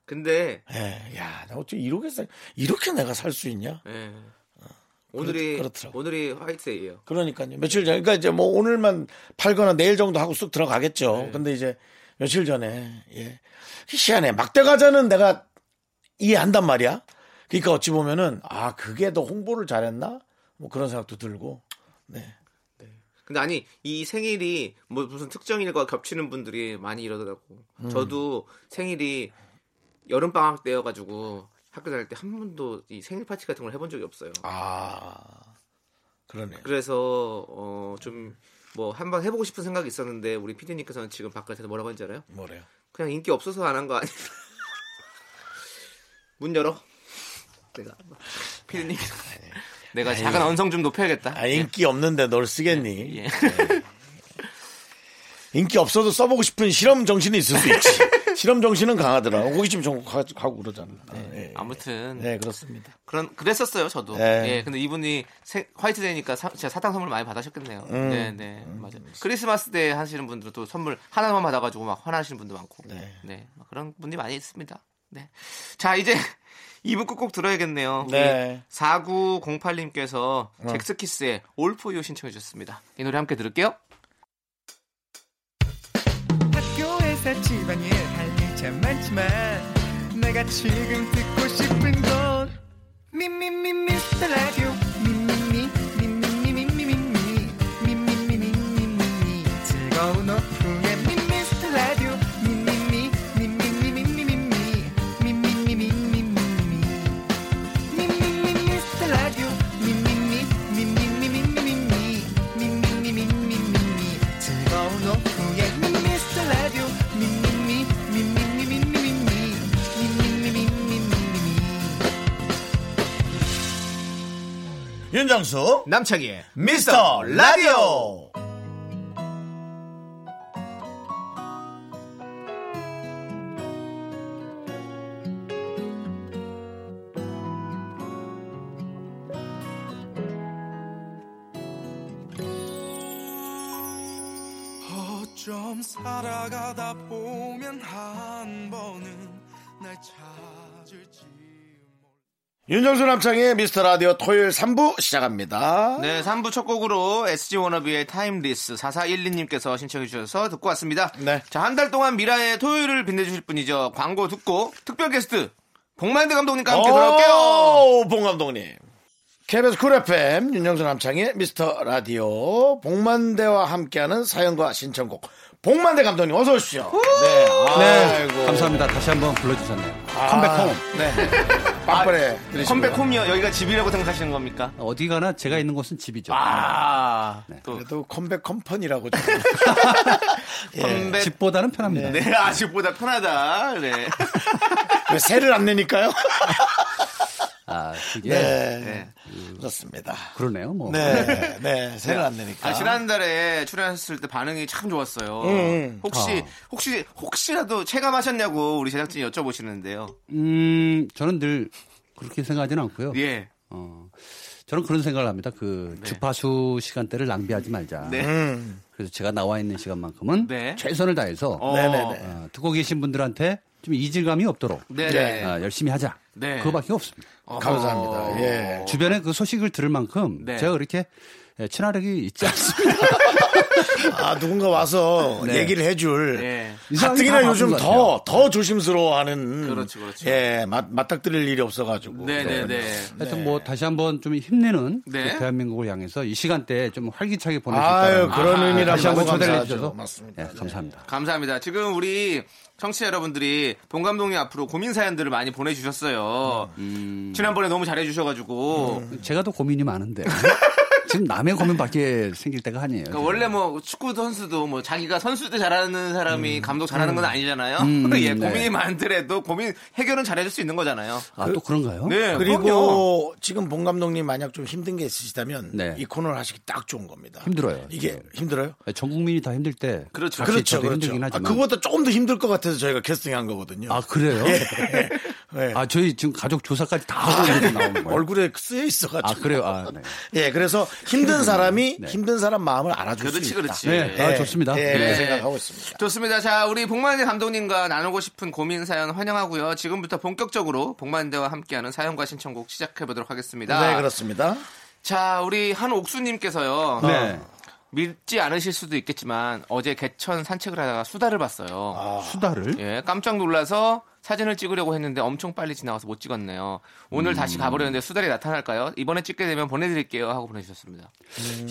B: 근데
A: 예, 야, 나 어떻게 이렇게 살, 이렇게 내가 살 수 있냐?
B: 예. 오늘이
A: 그렇더라고.
B: 오늘이 화이트데이예요.
A: 그러니까요. 며칠 전, 그러니까 이제 뭐 오늘만 팔거나 내일 정도 하고 쑥 들어가겠죠. 근데 이제 며칠 전에 예, 희한해 막대 과자는 내가 이해한단 말이야. 그러니까 어찌 보면은 아 그게 더 홍보를 잘했나? 뭐 그런 생각도 들고. 네.
B: 근데 아니 이 생일이 뭐 무슨 특정 일과 겹치는 분들이 많이 이러더라고.
A: 음.
B: 저도 생일이 여름 방학 때여가지고 학교 다닐 때 한 번도 이 생일 파티 같은 걸 해본 적이 없어요.
A: 아 그러네.
B: 그래서 어좀 뭐 한번 해보고 싶은 생각이 있었는데 우리 피디님께서는 지금 바깥에서 뭐라고 했는지 알아요?
A: 뭐래요?
B: 그냥 인기 없어서 안 한 거 아니야? 문 열어. 내가 피디님. 아, 예. 내가 작은 언성 좀 높여야겠다.
A: 아 인기 없는데 널 쓰겠니?
B: 예.
A: 인기 없어도 써보고 싶은 실험 정신이 있을 수 있지. 실험 정신은 강하더라. 호기심 전하고 그러잖아. 네.
B: 아무튼
A: 네 그렇습니다.
B: 그런 그랬었어요 저도.
A: 네.
B: 예. 근데 이분이 세- 화이트데이니까 사, 진짜 사탕 선물 많이 받으셨겠네요. 네, 네, 맞아. 요 크리스마스 때 하시는 분들은 또 선물 하나만 받아가지고 막 화나시는 분도 많고. 네. 막 그런 분이 많이 있습니다. 네. 자 이제 2부 꼭꼭 들어야겠네요.
A: 네.
B: 4908님께서 잭스키스의 올포유 신청해 주셨습니다. 이 노래 함께 들을게요.
G: 학교에서 집안일 할 일 참 많지만 내가 지금 듣고 싶은 건 미미미 미스터 라디오 미미미 미미미 미미미 미미미 미미미 미미미 즐거운 오후에 미미스터 라디오 미미미 미미미 미미미 미미미 미미미 미미미
F: 윤정수
B: 남창희의
F: 미스터 라디오
G: 어쩜 살아가다 보면 한 번은 날 찾을지
A: 윤정수 남창의 미스터 라디오 토요일 3부 시작합니다.
B: 네, 3부 첫 곡으로 SG 워너비의 타임리스 4412님께서 신청해 주셔서 듣고 왔습니다.
A: 네.
B: 자, 한 달 동안 미라의 토요일을 빛내주실 분이죠. 광고 듣고 특별 게스트 복만대 감독님과 함께 돌아올게요.
A: 오, 봉 감독님. KBS 쿨 FM 윤정수 남창의 미스터 라디오 복만대와 함께하는 사연과 신청곡 복만대 감독님 어서 오십시오. 네. 아이고.
H: 감사합니다. 다시 한번 불러주셨네요.
A: 컴백홈. 네. 빡빡해.
B: 컴백홈이요. 여기가 집이라고 생각하시는 겁니까?
H: 어디 가나 제가 있는 곳은 집이죠.
B: 아, 또
A: 네. 그래도 컴백 컴퍼니라고. 좀. 예,
B: 컴백
H: 집보다는 편합니다.
B: 네, 아직보다 편하다. 네.
A: 왜 세를 안 내니까요?
H: 아, 그게
A: 네.
B: 네.
A: 그렇습니다.
H: 그러네요. 뭐.
A: 네. 네. 세를 안 내니까.
B: 아, 지난달에 출연하셨을 때 반응이 참 좋았어요.
A: 음,
B: 혹시 혹시 혹시라도 체감하셨냐고 우리 제작진이 여쭤보시는데요.
H: 음, 저는 늘 그렇게 생각하지는 않고요.
B: 예.
H: 어, 저는 그런 생각을 합니다. 그 주파수 시간대를 낭비하지 말자.
B: 네.
A: 음.
H: 그래서 제가 나와 있는 시간만큼은
B: 네.
H: 최선을 다해서
B: 어,
A: 네네네.
H: 어, 듣고 계신 분들한테 좀 이질감이 없도록
B: 네.
A: 네.
H: 아, 열심히 하자.
B: 네. 어.
H: 그거밖에 없습니다.
A: 감사합니다. 예.
H: 주변에 그 소식을 들을 만큼
B: 네.
H: 제가 그렇게 친화력이 있지 않습니다.
A: 아, 누군가 와서
H: 네.
A: 얘기를 해줄.
B: 예.
H: 이상하게
A: 가뜩이나
H: 다 맞은
A: 요즘
H: 것
A: 더
H: 같아요.
A: 더 조심스러워하는
B: 그렇죠, 그렇죠.
A: 예 맞, 맞닥뜨릴 일이 없어가지고
B: 네네네.
H: 하여튼 뭐 다시 한번 좀 힘내는
B: 네.
H: 그 대한민국을 향해서 이 시간대에 좀 활기차게 보내실
A: 아유
H: 거라는
A: 그런
B: 아,
A: 의미라면
H: 다시 한번
A: 너무
H: 초대를
A: 감사하죠.
H: 해주셔서
A: 맞습니다
H: 네, 감사합니다.
B: 감사합니다. 지금 우리 청취자 여러분들이 본 감독님 앞으로 고민 사연들을 많이 보내주셨어요.
A: 음.
B: 지난번에 너무 잘해주셔가지고
H: 제가 더 고민이 많은데 지금 남의 고민밖에 생길 때가 아니에요.
B: 그러니까 원래 뭐 축구 선수도 뭐 자기가 선수 때 잘하는
A: 음.
B: 사람이 감독 잘하는 건 아니잖아요.
H: 음,
B: 예,
H: 네.
B: 고민이 많더라도 고민 해결은 잘해줄 수 있는 거잖아요.
H: 아 또 그런가요?
B: 네,
A: 그리고
B: 그럼요.
A: 지금 본 감독님 만약 좀 힘든 게 있으시다면
H: 네.
A: 이 코너를 하시기 딱 좋은 겁니다
H: 힘들어요,
A: 이게
H: 지금.
A: 힘들어요
H: 예, 전 국민이 다 힘들 때
B: 그렇죠.
H: 같이
A: 그렇죠
H: 저도
A: 그렇죠
H: 힘들긴
A: 아,
H: 하지만
A: 그거보다 조금 더 힘들 것 같아서 저희가 캐스팅한 거거든요 예.
H: 아, 그래요?
A: 네.
H: 아 저희 지금 가족 조사까지 다 하고 이렇게 나오는 거예요.
A: 얼굴에 쓰여
H: 아
A: 있어가지고
H: 그래요? 아 네.
A: 예 그래서 힘든 사람이 힘든 사람 마음을 알아줄
B: 그렇지,
A: 수 있다
B: 그렇지.
H: 네, 아, 좋습니다.
A: 예,
H: 네.
A: 그런 생각하고 있습니다
B: 좋습니다. 자, 우리 복만대 감독님과 나누고 싶은 고민 사연 환영하고요. 지금부터 본격적으로 복만대와 함께하는 사연과 신청곡 시작해 보도록 하겠습니다.
A: 네 그렇습니다
B: 자, 우리 한옥수님께서요.
H: 네.
A: 어,
B: 믿지 않으실 수도 있겠지만 어제 개천 산책을 하다가 수다를 봤어요.
H: 아. 수다를
B: 예, 깜짝 놀라서 사진을 찍으려고 했는데 엄청 빨리 지나가서 못 찍었네요. 오늘
H: 음.
B: 다시 가보려는데 수달이 나타날까요? 이번에 찍게 되면 보내드릴게요 하고 보내주셨습니다.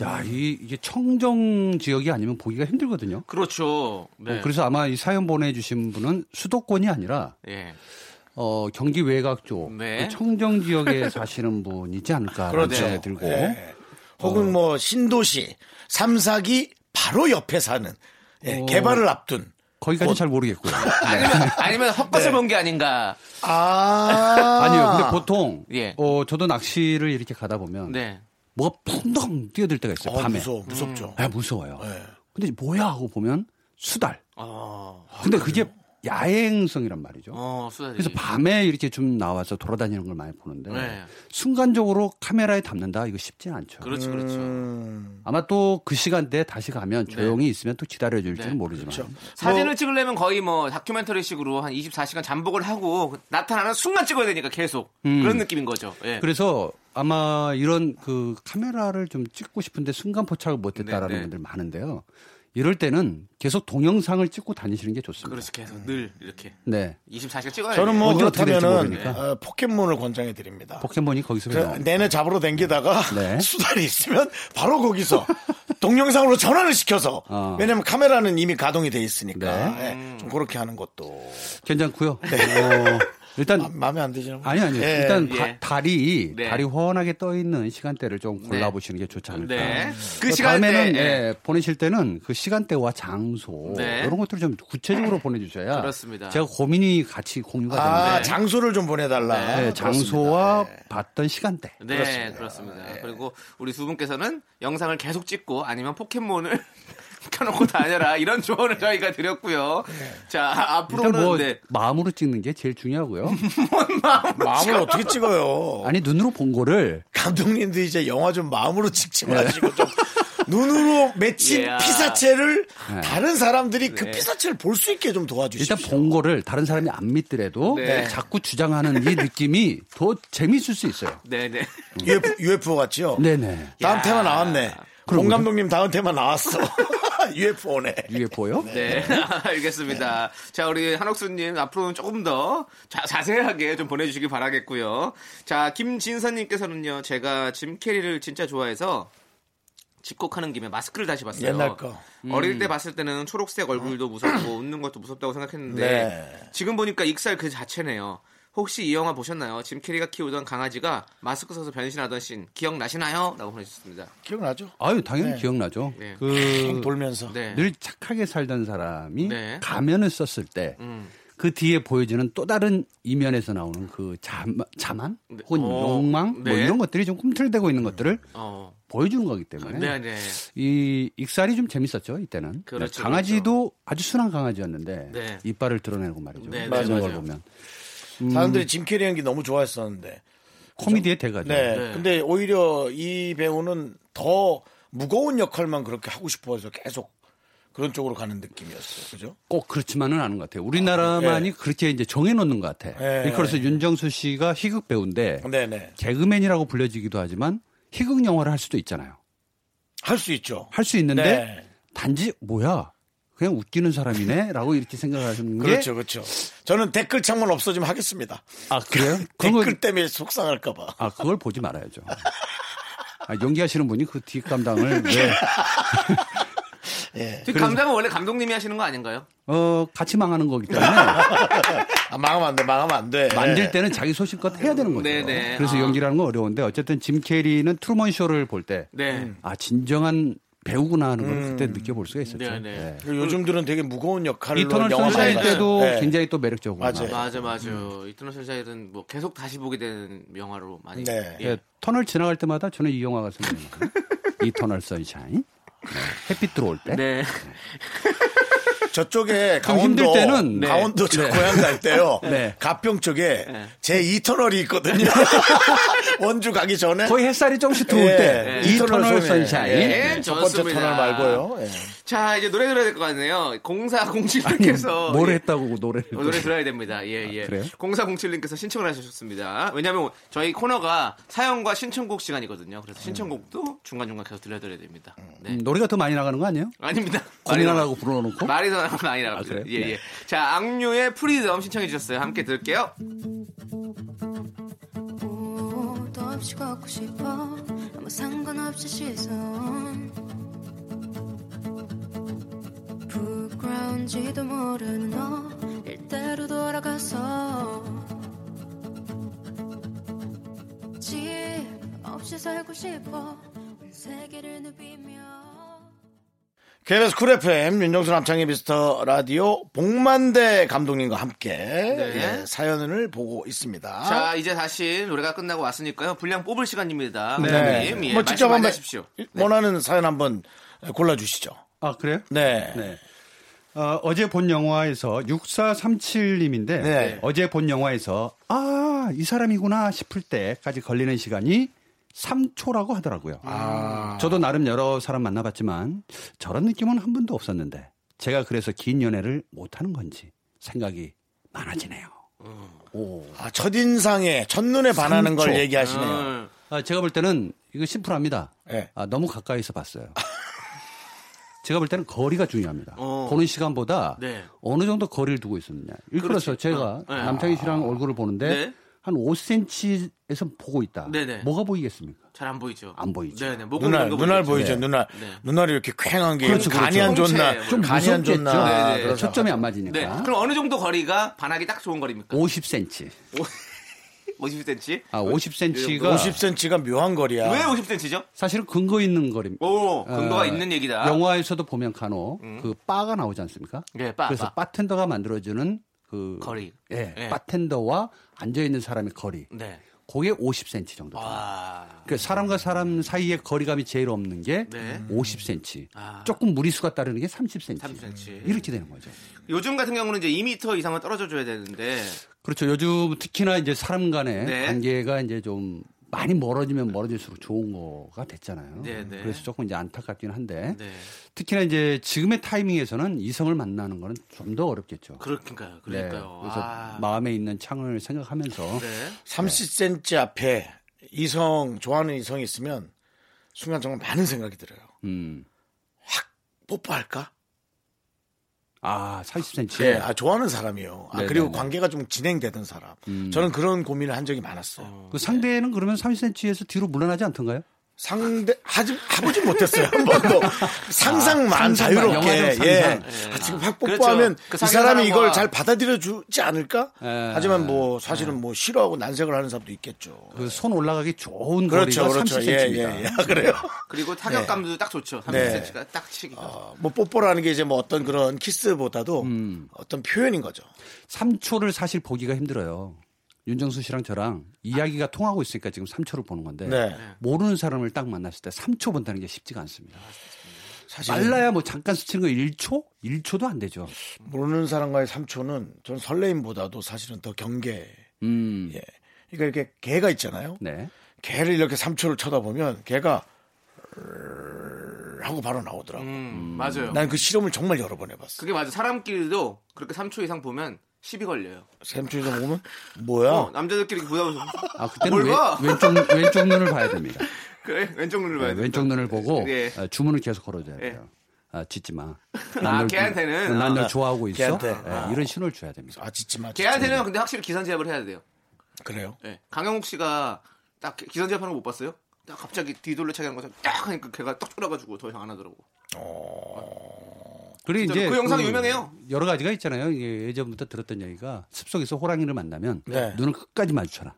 H: 야, 이, 이게 청정 지역이 아니면 보기가 힘들거든요.
B: 그렇죠. 네.
H: 어, 그래서 아마 이 사연 보내주신 분은 수도권이 아니라
B: 예.
H: 어, 경기 외곽 쪽
B: 네.
H: 이 청정 지역에 사시는 분이지 않을까 그런
A: 그렇죠.
H: 생각이 들고
A: 예. 혹은 뭐 신도시 삼사기 바로 옆에 사는 예,
H: 어.
A: 개발을 앞둔
H: 거기까지 잘 모르겠고요. 네.
B: 아니면, 아니면 헛것을 본 게 아닌가.
A: 아
H: 아니요. 근데 보통
B: 예.
H: 어, 저도 낚시를 이렇게 가다 보면
B: 네.
H: 뭐가 펑덩 뛰어들 때가 있어요.
A: 어,
H: 밤에.
A: 무서워 네. 무섭죠.
H: 아, 무서워요. 근데 뭐야 하고 보면 수달.
B: 어,
H: 근데 그게 야행성이란 말이죠.
B: 어 수달이.
H: 그래서 밤에 이렇게 좀 나와서 돌아다니는 걸 많이 보는데
B: 네.
H: 순간적으로 카메라에 담는다 이거 쉽지 않죠.
B: 그렇죠, 그렇죠.
H: 아마 또 그 시간대에 다시 가면 조용히 있으면 또 기다려줄지는
B: 네,
H: 모르지만
B: 사진을 찍으려면 거의 뭐 다큐멘터리식으로 한 24시간 잠복을 하고 나타나는 순간 찍어야 되니까 계속 그런 느낌인 거죠. 예.
H: 그래서 아마 이런 그 카메라를 좀 찍고 싶은데 순간 포착을 못했다라는
B: 네, 네.
H: 분들 많은데요. 이럴 때는 계속 동영상을 찍고 다니시는 게 좋습니다.
B: 그렇지 계속 늘 이렇게
H: 네.
B: 24시간 찍어야 돼.
A: 저는 뭐
H: 언제 어떻게 될지
A: 그렇다면은
H: 모르니까.
A: 어, 포켓몬을 권장해 드립니다.
H: 포켓몬이 거기서
A: 그래,
H: 나옵니다.
A: 내내 잡으러 댕기다가
H: 네.
A: 수단이 있으면 바로 거기서 동영상으로 전환을 시켜서
H: 어.
A: 왜냐면 카메라는 이미 가동이 돼 있으니까
H: 네.
A: 예, 좀 그렇게 하는 것도
H: 괜찮고요. 어, 일단
A: 마- 마음에 안 드시는
H: 아니 아니
A: 예.
H: 일단
B: 예.
H: 다- 달이
B: 네.
H: 달이 훤하게 떠 있는 시간대를 좀 골라보시는 게 좋지 않을까.
B: 네. 그
H: 그
B: 시간대,
H: 다음에는
B: 예.
H: 예, 보내실 때는 그 시간대와 장소
B: 네.
H: 이런 것들을 좀 구체적으로 보내주셔야
B: 그렇습니다. 네.
H: 제가 고민이 같이 공유가
A: 아
H: 되는데
A: 장소를 좀 보내달라.
H: 예, 네. 장소와 봤던 시간대.
B: 네, 그렇습니다. 그리고 우리 두 분께서는 영상을 계속 찍고 아니면 포켓몬을 켜놓고 다녀라 이런 조언을 저희가 드렸고요. 자,
H: 일단
B: 앞으로는
H: 뭐
B: 네.
H: 마음으로 찍는 게 제일 중요하고요.
A: 예. 마음을 어떻게 찍어요?
H: 아니 눈으로 본 거를
A: 감독님도 이제 영화 좀 마음으로 찍지
H: 네.
A: 마시고 좀 눈으로 맺힌
B: 예.
A: 피사체를 다른 사람들이 그
B: 네.
A: 피사체를 볼 수 있게 좀 도와주십시오.
H: 네. 일단 본 거를 다른 사람이 안 믿더라도
B: 네.
H: 자꾸 주장하는 이 느낌이 더 재미있을 수 있어요.
B: 네, 네.
A: UFO, UFO 같지요?
H: 네네.
A: 다음
B: 야.
A: 테마 나왔네. 본
H: 그럼 뭐죠?
A: 감독님 다음 테마 나왔어. UFO네.
H: UFO요?
B: 네, 알겠습니다. 자, 우리 한옥수님 앞으로는 조금 더 자, 자세하게 좀 보내주시기 바라겠고요. 자, 김진선님께서는요, 제가 짐 캐리를 진짜 좋아해서 집콕하는 김에 마스크를 다시 봤어요. 음.
A: 옛날 거.
B: 어릴 때 봤을 때는 초록색 얼굴도 무섭고 웃는 것도 무섭다고 생각했는데
A: 네.
B: 지금 보니까 익살 그 자체네요. 혹시 이 영화 보셨나요? 짐 캐리가 키우던 강아지가 마스크 써서 변신하던 씬 기억나시나요? 라고 보내주셨습니다.
A: 기억나죠?
H: 아유 당연히
A: 네.
H: 기억나죠.
B: 네.
H: 그
A: 돌면서.
B: 네.
H: 늘 착하게 살던 사람이
B: 네.
H: 가면을 썼을 때 그
B: 음.
H: 뒤에 보여지는 또 다른 이면에서 나오는 그 자마, 자만
B: 네.
H: 혹은
B: 어,
H: 욕망 뭐
B: 네.
H: 이런 것들이 좀 꿈틀대고 있는 것들을
B: 어.
H: 보여주는 거기 때문에
B: 네, 네.
H: 이 익살이 좀 재밌었죠 이때는 네,
B: 그렇죠,
H: 강아지도 아주 순한 강아지였는데
B: 네.
H: 이빨을 드러내고 말이죠
B: 네, 네,
H: 그런 걸
B: 맞아요.
H: 보면
A: 음. 사람들이 짐 캐리 연기 너무 좋아했었는데.
H: 코미디의 대가죠
A: 네.
B: 네.
A: 근데 오히려 이 배우는 더 무거운 역할만 그렇게 하고 싶어서 계속 그런 쪽으로 가는 느낌이었어요. 그죠?
H: 꼭 그렇지만은 않은 것 같아요 우리나라만이 그렇게 이제 정해놓는 것 같아
A: 네. 음.
H: 요 그래서 윤정수 씨가 희극 배우인데
A: 네네.
H: 개그맨이라고 불려지기도 하지만 희극 영화를 할 수도 있잖아요.
A: 할 수 있죠.
H: 할 수 있는데
A: 네.
H: 단지 뭐야 그냥 웃기는 사람이네라고 이렇게 생각하는 게
A: 그렇죠, 그렇죠. 저는 댓글 창문 없어지면 하겠습니다.
H: 아 그래요? 그런 거-
A: 댓글 때문에 속상할까봐.
H: 아 그걸 보지 말아야죠. 아, 연기하시는 분이 그 뒷감당을
A: 네.
H: 왜?
B: 뒷 감당은 원래 감독님이 하시는 거 아닌가요?
H: 어 같이 망하는 거기 때문에
A: 아, 망하면 안 돼, 망하면 안 돼.
H: 만들 때는 자기 소신껏 해야 되는 거죠.
B: 네네.
H: 그래서
B: 아.
H: 연기라는 건 어려운데 어쨌든 짐 캐리는 트루먼 쇼를 볼 때 아
B: 네.
H: 진정한 배우구나 하는
A: 음.
H: 걸 그때 느껴볼 수가 있었죠.
B: 네, 네.
H: 네.
A: 그리고 요즘들은 되게 무거운 역할로
H: 이터널
A: 영화 많이
H: 선샤인
A: 봤어요.
H: 때도
A: 네.
H: 굉장히 또 매력적으로
A: 맞아요.
H: 음.
B: 맞아 맞아. 이터널 선샤인은 뭐 계속 다시 보게 되는 영화로 많이.
A: 네.
B: 예.
H: 터널 지나갈 때마다 저는 이 영화가 생각나요. 이터널 선샤인. 네. 햇빛 들어올 때.
B: 네.
A: 저쪽에
H: 좀
A: 강원도
H: 힘들 때는, 네.
A: 강원도 저 고향 갈 때요.
H: 네.
A: 가평 쪽에
B: 네.
A: 제 이터널이 있거든요. 원주 가기 전에
H: 거의 햇살이 조금씩 들어올
A: 예,
H: 때. 네.
A: 예.
H: 이터널
A: 이터널
H: 선샤인.
A: 선샤인.
B: 예,
A: 첫 번째
B: 좋습니다.
A: 터널 말고요. 예.
B: 자 이제 노래 들어야 될 것 같네요. 공사
H: 아니,
B: 공칠님께서 예.
H: 뭘 했다고 예. 노래를.
B: 어, 노래 들어야 됩니다. 예, 예.
H: 그래요?
B: 0407님께서 신청을 하셨습니다. 왜냐면 저희 코너가 사연과 신청곡 시간이거든요. 그래서 신청곡도 중간중간 계속 들려드려야 됩니다. 네.
H: 음, 노래가 더 많이 나가는 거 아니에요?
B: 아닙니다.
H: 고민하라고 불러놓고.
B: 말이 더 나가면 아니라
H: 아, 그래요?
B: 예, 예. 자, 악뮤의 프리덤 신청해주셨어요. 함께 들을게요.
I: 옷도 없이 걷고 싶어 아무 상관없이 시선 부끄러운지도 모르는 너 일대로 돌아가서 집 없이 살고 싶어 온 세계를 누비며
A: KBS 쿨 FM 윤정수 남창희 미스터 라디오 복만대 감독님과 함께 예, 사연을 보고 있습니다.
B: 네. 자, 이제 다시 노래가 끝나고 왔으니까요. 분량 뽑을 시간입니다.
A: 네.
B: 감독님, 예, 네.
A: 뭐 직접 한번
B: 하십시오.
A: 원하는 사연 한번 골라주시죠.
H: 아, 그래요?
A: 네.
H: 네. 어, 제본 영화에서 6437님인데
A: 네.
H: 어제 본 영화에서 아 이 사람이구나 싶을 때까지 걸리는 시간이 3초라고 하더라고요.
A: 아.
H: 저도 나름 여러 사람 만나봤지만 저런 느낌은 한 번도 없었는데 제가 그래서 긴 연애를 못하는 건지 생각이 많아지네요.
A: 아, 첫인상에 첫눈에 반하는 걸
H: 삼초.
A: 얘기하시네요.
B: 음,
H: 아, 제가 볼 때는 이거 심플합니다.
A: 예.
H: 아, 너무 가까이서 봤어요. 제가 볼 때는 거리가 중요합니다.
B: 어.
H: 보는 시간보다
B: 네.
H: 어느 정도 거리를 두고 있었느냐. 일컬어서
B: 그렇지.
H: 제가
B: 어, 네.
H: 남창희 씨랑 얼굴을 보는데
B: 네.
H: 한 5cm에서 보고 있다.
B: 네네.
H: 뭐가 보이겠습니까?
B: 잘안 보이죠?
H: 안 보이죠.
B: 네네. 목
A: 눈알,
B: 굽는 거
A: 눈알
B: 보이죠?
A: 보이죠, 눈알.
B: 네.
A: 눈알이 이렇게 퀭한 게
H: 그렇죠,
A: 간이 안
B: 그렇죠.
A: 좋나,
B: 네,
H: 좀
A: 간이 안
H: 무섭겠죠. 그렇죠.
A: 좋나.
B: 네네.
A: 그런
H: 초점이 안
B: 네.
H: 맞으니까.
B: 그럼 어느 정도 거리가 반하기 딱 좋은 거리입니까?
H: 50cm.
B: 50cm?
H: 아, 50cm가
A: 50cm가 묘한 거리야.
B: 왜 50cm죠?
H: 사실은 근거 있는 거리입니다.
B: 오, 근거가
H: 어,
B: 있는 얘기다.
H: 영화에서도 보면 간혹 그 바가 나오지 않습니까?
B: 예, 바,
H: 그래서
B: 바.
H: 바텐더가 만들어주는 그
B: 거리.
H: 예,
B: 예.
H: 바텐더와 앉아 있는 사람의 거리.
B: 네.
H: 그게 50cm 정도.
B: 아. 와.
H: 그 사람과 사람 사이의 거리감이 제일 없는 게
B: 네.
H: 50cm.
B: 아.
H: 조금 무리수가 따르는 게 30cm.
B: 30cm.
H: 이렇게 되는 거죠.
B: 요즘 같은 경우는 이제 2m 이상은 떨어져 줘야 되는데
H: 그렇죠. 요즘 특히나 이제 사람 간의
B: 네.
H: 관계가 이제 좀 많이 멀어지면 멀어질수록 좋은 거가 됐잖아요.
B: 네, 네.
H: 그래서 조금 이제 안타깝긴 한데
B: 네.
H: 특히나 이제 지금의 타이밍에서는 이성을 만나는 거는 좀 더 어렵겠죠.
B: 그러니까요.
H: 네.
B: 그러니까요.
H: 그래서
B: 아.
H: 마음에 있는 창을 생각하면서
B: 네.
A: 30cm 앞에 이성, 좋아하는 이성이 있으면 순간 정말 많은 생각이 들어요.
H: 음.
A: 뽀뽀할까?
H: 아, 40cm.
A: 예, 아, 좋아하는 사람이요. 아,
H: 네네네. 음.
A: 그리고 관계가 좀 진행되던 사람. 저는 그런 고민을 한 적이 많았어요.
H: 그 상대는 그러면 30cm에서 뒤로 물러나지 않던가요?
A: 상대 하지 하보지 못했어요 한 번도 상상만
H: 상상만,
A: 자유롭게
H: 영화적
A: 예.
H: 상상.
A: 아, 지금 확
B: 그렇죠.
A: 뽀뽀하면
B: 그
A: 이
B: 상대
A: 사람이 이걸
B: 사람과-
A: 잘 받아들여 주지 않을까?
H: 예.
A: 하지만 뭐 사실은 뭐 싫어하고 난색을 하는 사람도 있겠죠.
H: 그 손 올라가기 좋은
A: 그렇죠,
H: 거리가
A: 그렇죠. 예,
H: 30cm입니다.
A: 예, 예. 아, 그래요.
B: 그리고 타격감도 딱 좋죠. 30cm가 딱 치기가.
A: 어, 뭐 뽀뽀라는 게 이제 뭐 어떤 그런 키스보다도 어떤 표현인 거죠.
H: 3초를 사실 보기가 힘들어요. 윤정수 씨랑 저랑 이야기가 통하고 있으니까 지금 3초를 보는 건데
A: 네.
H: 모르는 사람을 딱 만났을 때 3초 본다는 게 쉽지가 않습니다.
A: 사실
H: 말라야 뭐 잠깐 스치는 거 1초? 1초도 안 되죠.
A: 모르는 사람과의 삼초는 전 설레임보다도 사실은 더 경계.
H: 음.
A: 예. 그러니까 이렇게 개가 있잖아요.
H: 네.
A: 개를 이렇게 3초를 쳐다보면 개가 하고 바로 나오더라고. 요
B: 음, 맞아요.
A: 난 그 실험을 정말 여러 번 해봤어.
B: 그게 맞아. 사람끼리도 그렇게 3초 이상 보면 시비 걸려요.
A: 샘초에서 먹으면 뭐야?
B: 어, 남자들끼리 이렇게 보다 보면
H: 아, 그때는
B: 뭘
H: 왼,
B: 봐?
H: 왼쪽, 왼쪽 눈을 봐야 됩니다.
B: 그래 왼쪽 눈을
H: 네,
B: 봐야 돼.
H: 왼쪽 눈을 보고
B: 예.
H: 어, 주문을 계속 걸어줘야
B: 예.
H: 돼요. 아, 짓지 마.
B: 아,
H: 널-
B: 걔한테는?
H: 난널
B: 아,
H: 좋아하고 있어.
B: 걔한테.
H: 예,
B: 아.
H: 이런 신호를 줘야 됩니다.
A: 아 짓지 마.
B: 걔한테는 근데 확실히 기선제압을 해야 돼요.
A: 그래요?
B: 예. 강영욱 씨가 딱 기선제압하는 거 못 봤어요? 딱 갑자기 뒤돌려 차기 하는 것처럼 딱 하니까 걔가 딱 쫄아가지고 더 이상 안 하더라고. 진짜로
H: 그리고 이제 음,
B: 그 영상이 유명해요.
H: 여러 가지가 있잖아요. 이게 예전부터 들었던 얘기가 숲속에서 호랑이를 만나면
B: 네.
H: 눈을 끝까지 마주쳐라.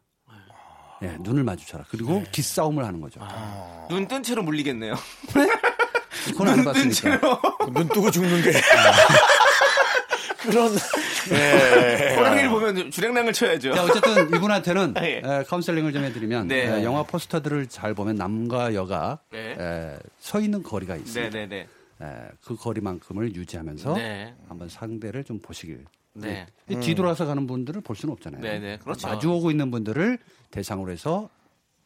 H: 예, 눈을 마주쳐라. 그리고
B: 네.
H: 기싸움을 하는 거죠.
B: 눈 뜬 채로 물리겠네요.
H: 그건 안 봤으니까.
A: 눈 뜨고 죽는 게. 그런. 예.
B: 호랑이를 보면 주랭랑을 쳐야죠.
H: 자, 어쨌든 이분한테는
B: 예.
H: 에, 카운셀링을 좀 해드리면
B: 네.
H: 에, 영화 포스터들을 잘 보면 남과 여가
B: 네.
H: 에, 서 있는 거리가 있습니다.
B: 네네네.
H: 에, 그 거리만큼을 유지하면서
B: 네.
H: 한번 상대를 좀 보시길.
B: 네.
H: 이 뒤돌아서 가는 분들을 볼 수는 없잖아요.
B: 네네, 그렇죠.
H: 마주오고 있는 분들을 대상으로 해서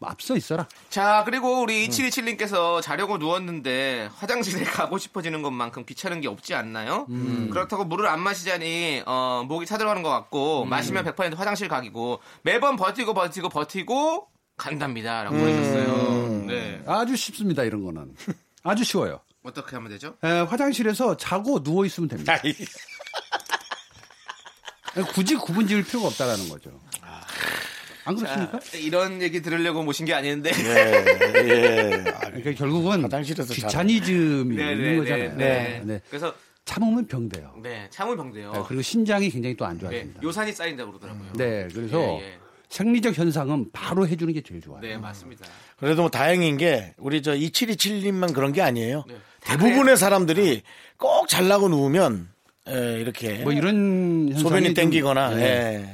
H: 앞서 있어라.
B: 자, 그리고
H: 음.
B: 우리 2727님께서 자려고 누웠는데 화장실에 가고 싶어지는 것만큼 귀찮은 게 없지 않나요?
H: 음.
B: 그렇다고 물을 안 마시자니 어, 목이 차들어가는 것
H: 음.
B: 같고 마시면 100% 화장실 각이고 매번 버티고 버티고 버티고 간답니다.
H: 음.
B: 라고 하셨어요. 네.
H: 아주 쉽습니다. 이런 거는 아주 쉬워요.
B: 어떻게 하면 되죠?
H: 에, 화장실에서 자고 누워 있으면 됩니다. 굳이 구분 지을 필요가 없다라는 거죠. 안 그렇습니까?
B: 이런 얘기 들으려고 모신 게 아닌데.
H: 네,
A: 예. 예. 아,
H: 그러니까 결국은
A: 화장실에서 자는
H: 귀차니즘이
B: 네, 네,
H: 있는
B: 네,
H: 거잖아요.
B: 네.
H: 네.
B: 그래서
H: 참으면 병돼요.
B: 네, 참을 병돼요.
H: 네, 그리고 신장이 굉장히 또 안
B: 네,
H: 좋아집니다.
B: 요산이 쌓인다고 그러더라고요.
H: 네, 그래서
B: 예, 예.
H: 생리적 현상은 바로 해주는 게 제일 좋아요.
B: 네, 맞습니다.
A: 그래도 뭐 다행인 게 우리 저 2727님만 그런 게 아니에요.
B: 네.
A: 대부분의 사람들이 꼭 잘나고 누우면 에, 이렇게
H: 뭐 이런 현상이
A: 소변이
H: 좀-
A: 땡기거나,
H: 네.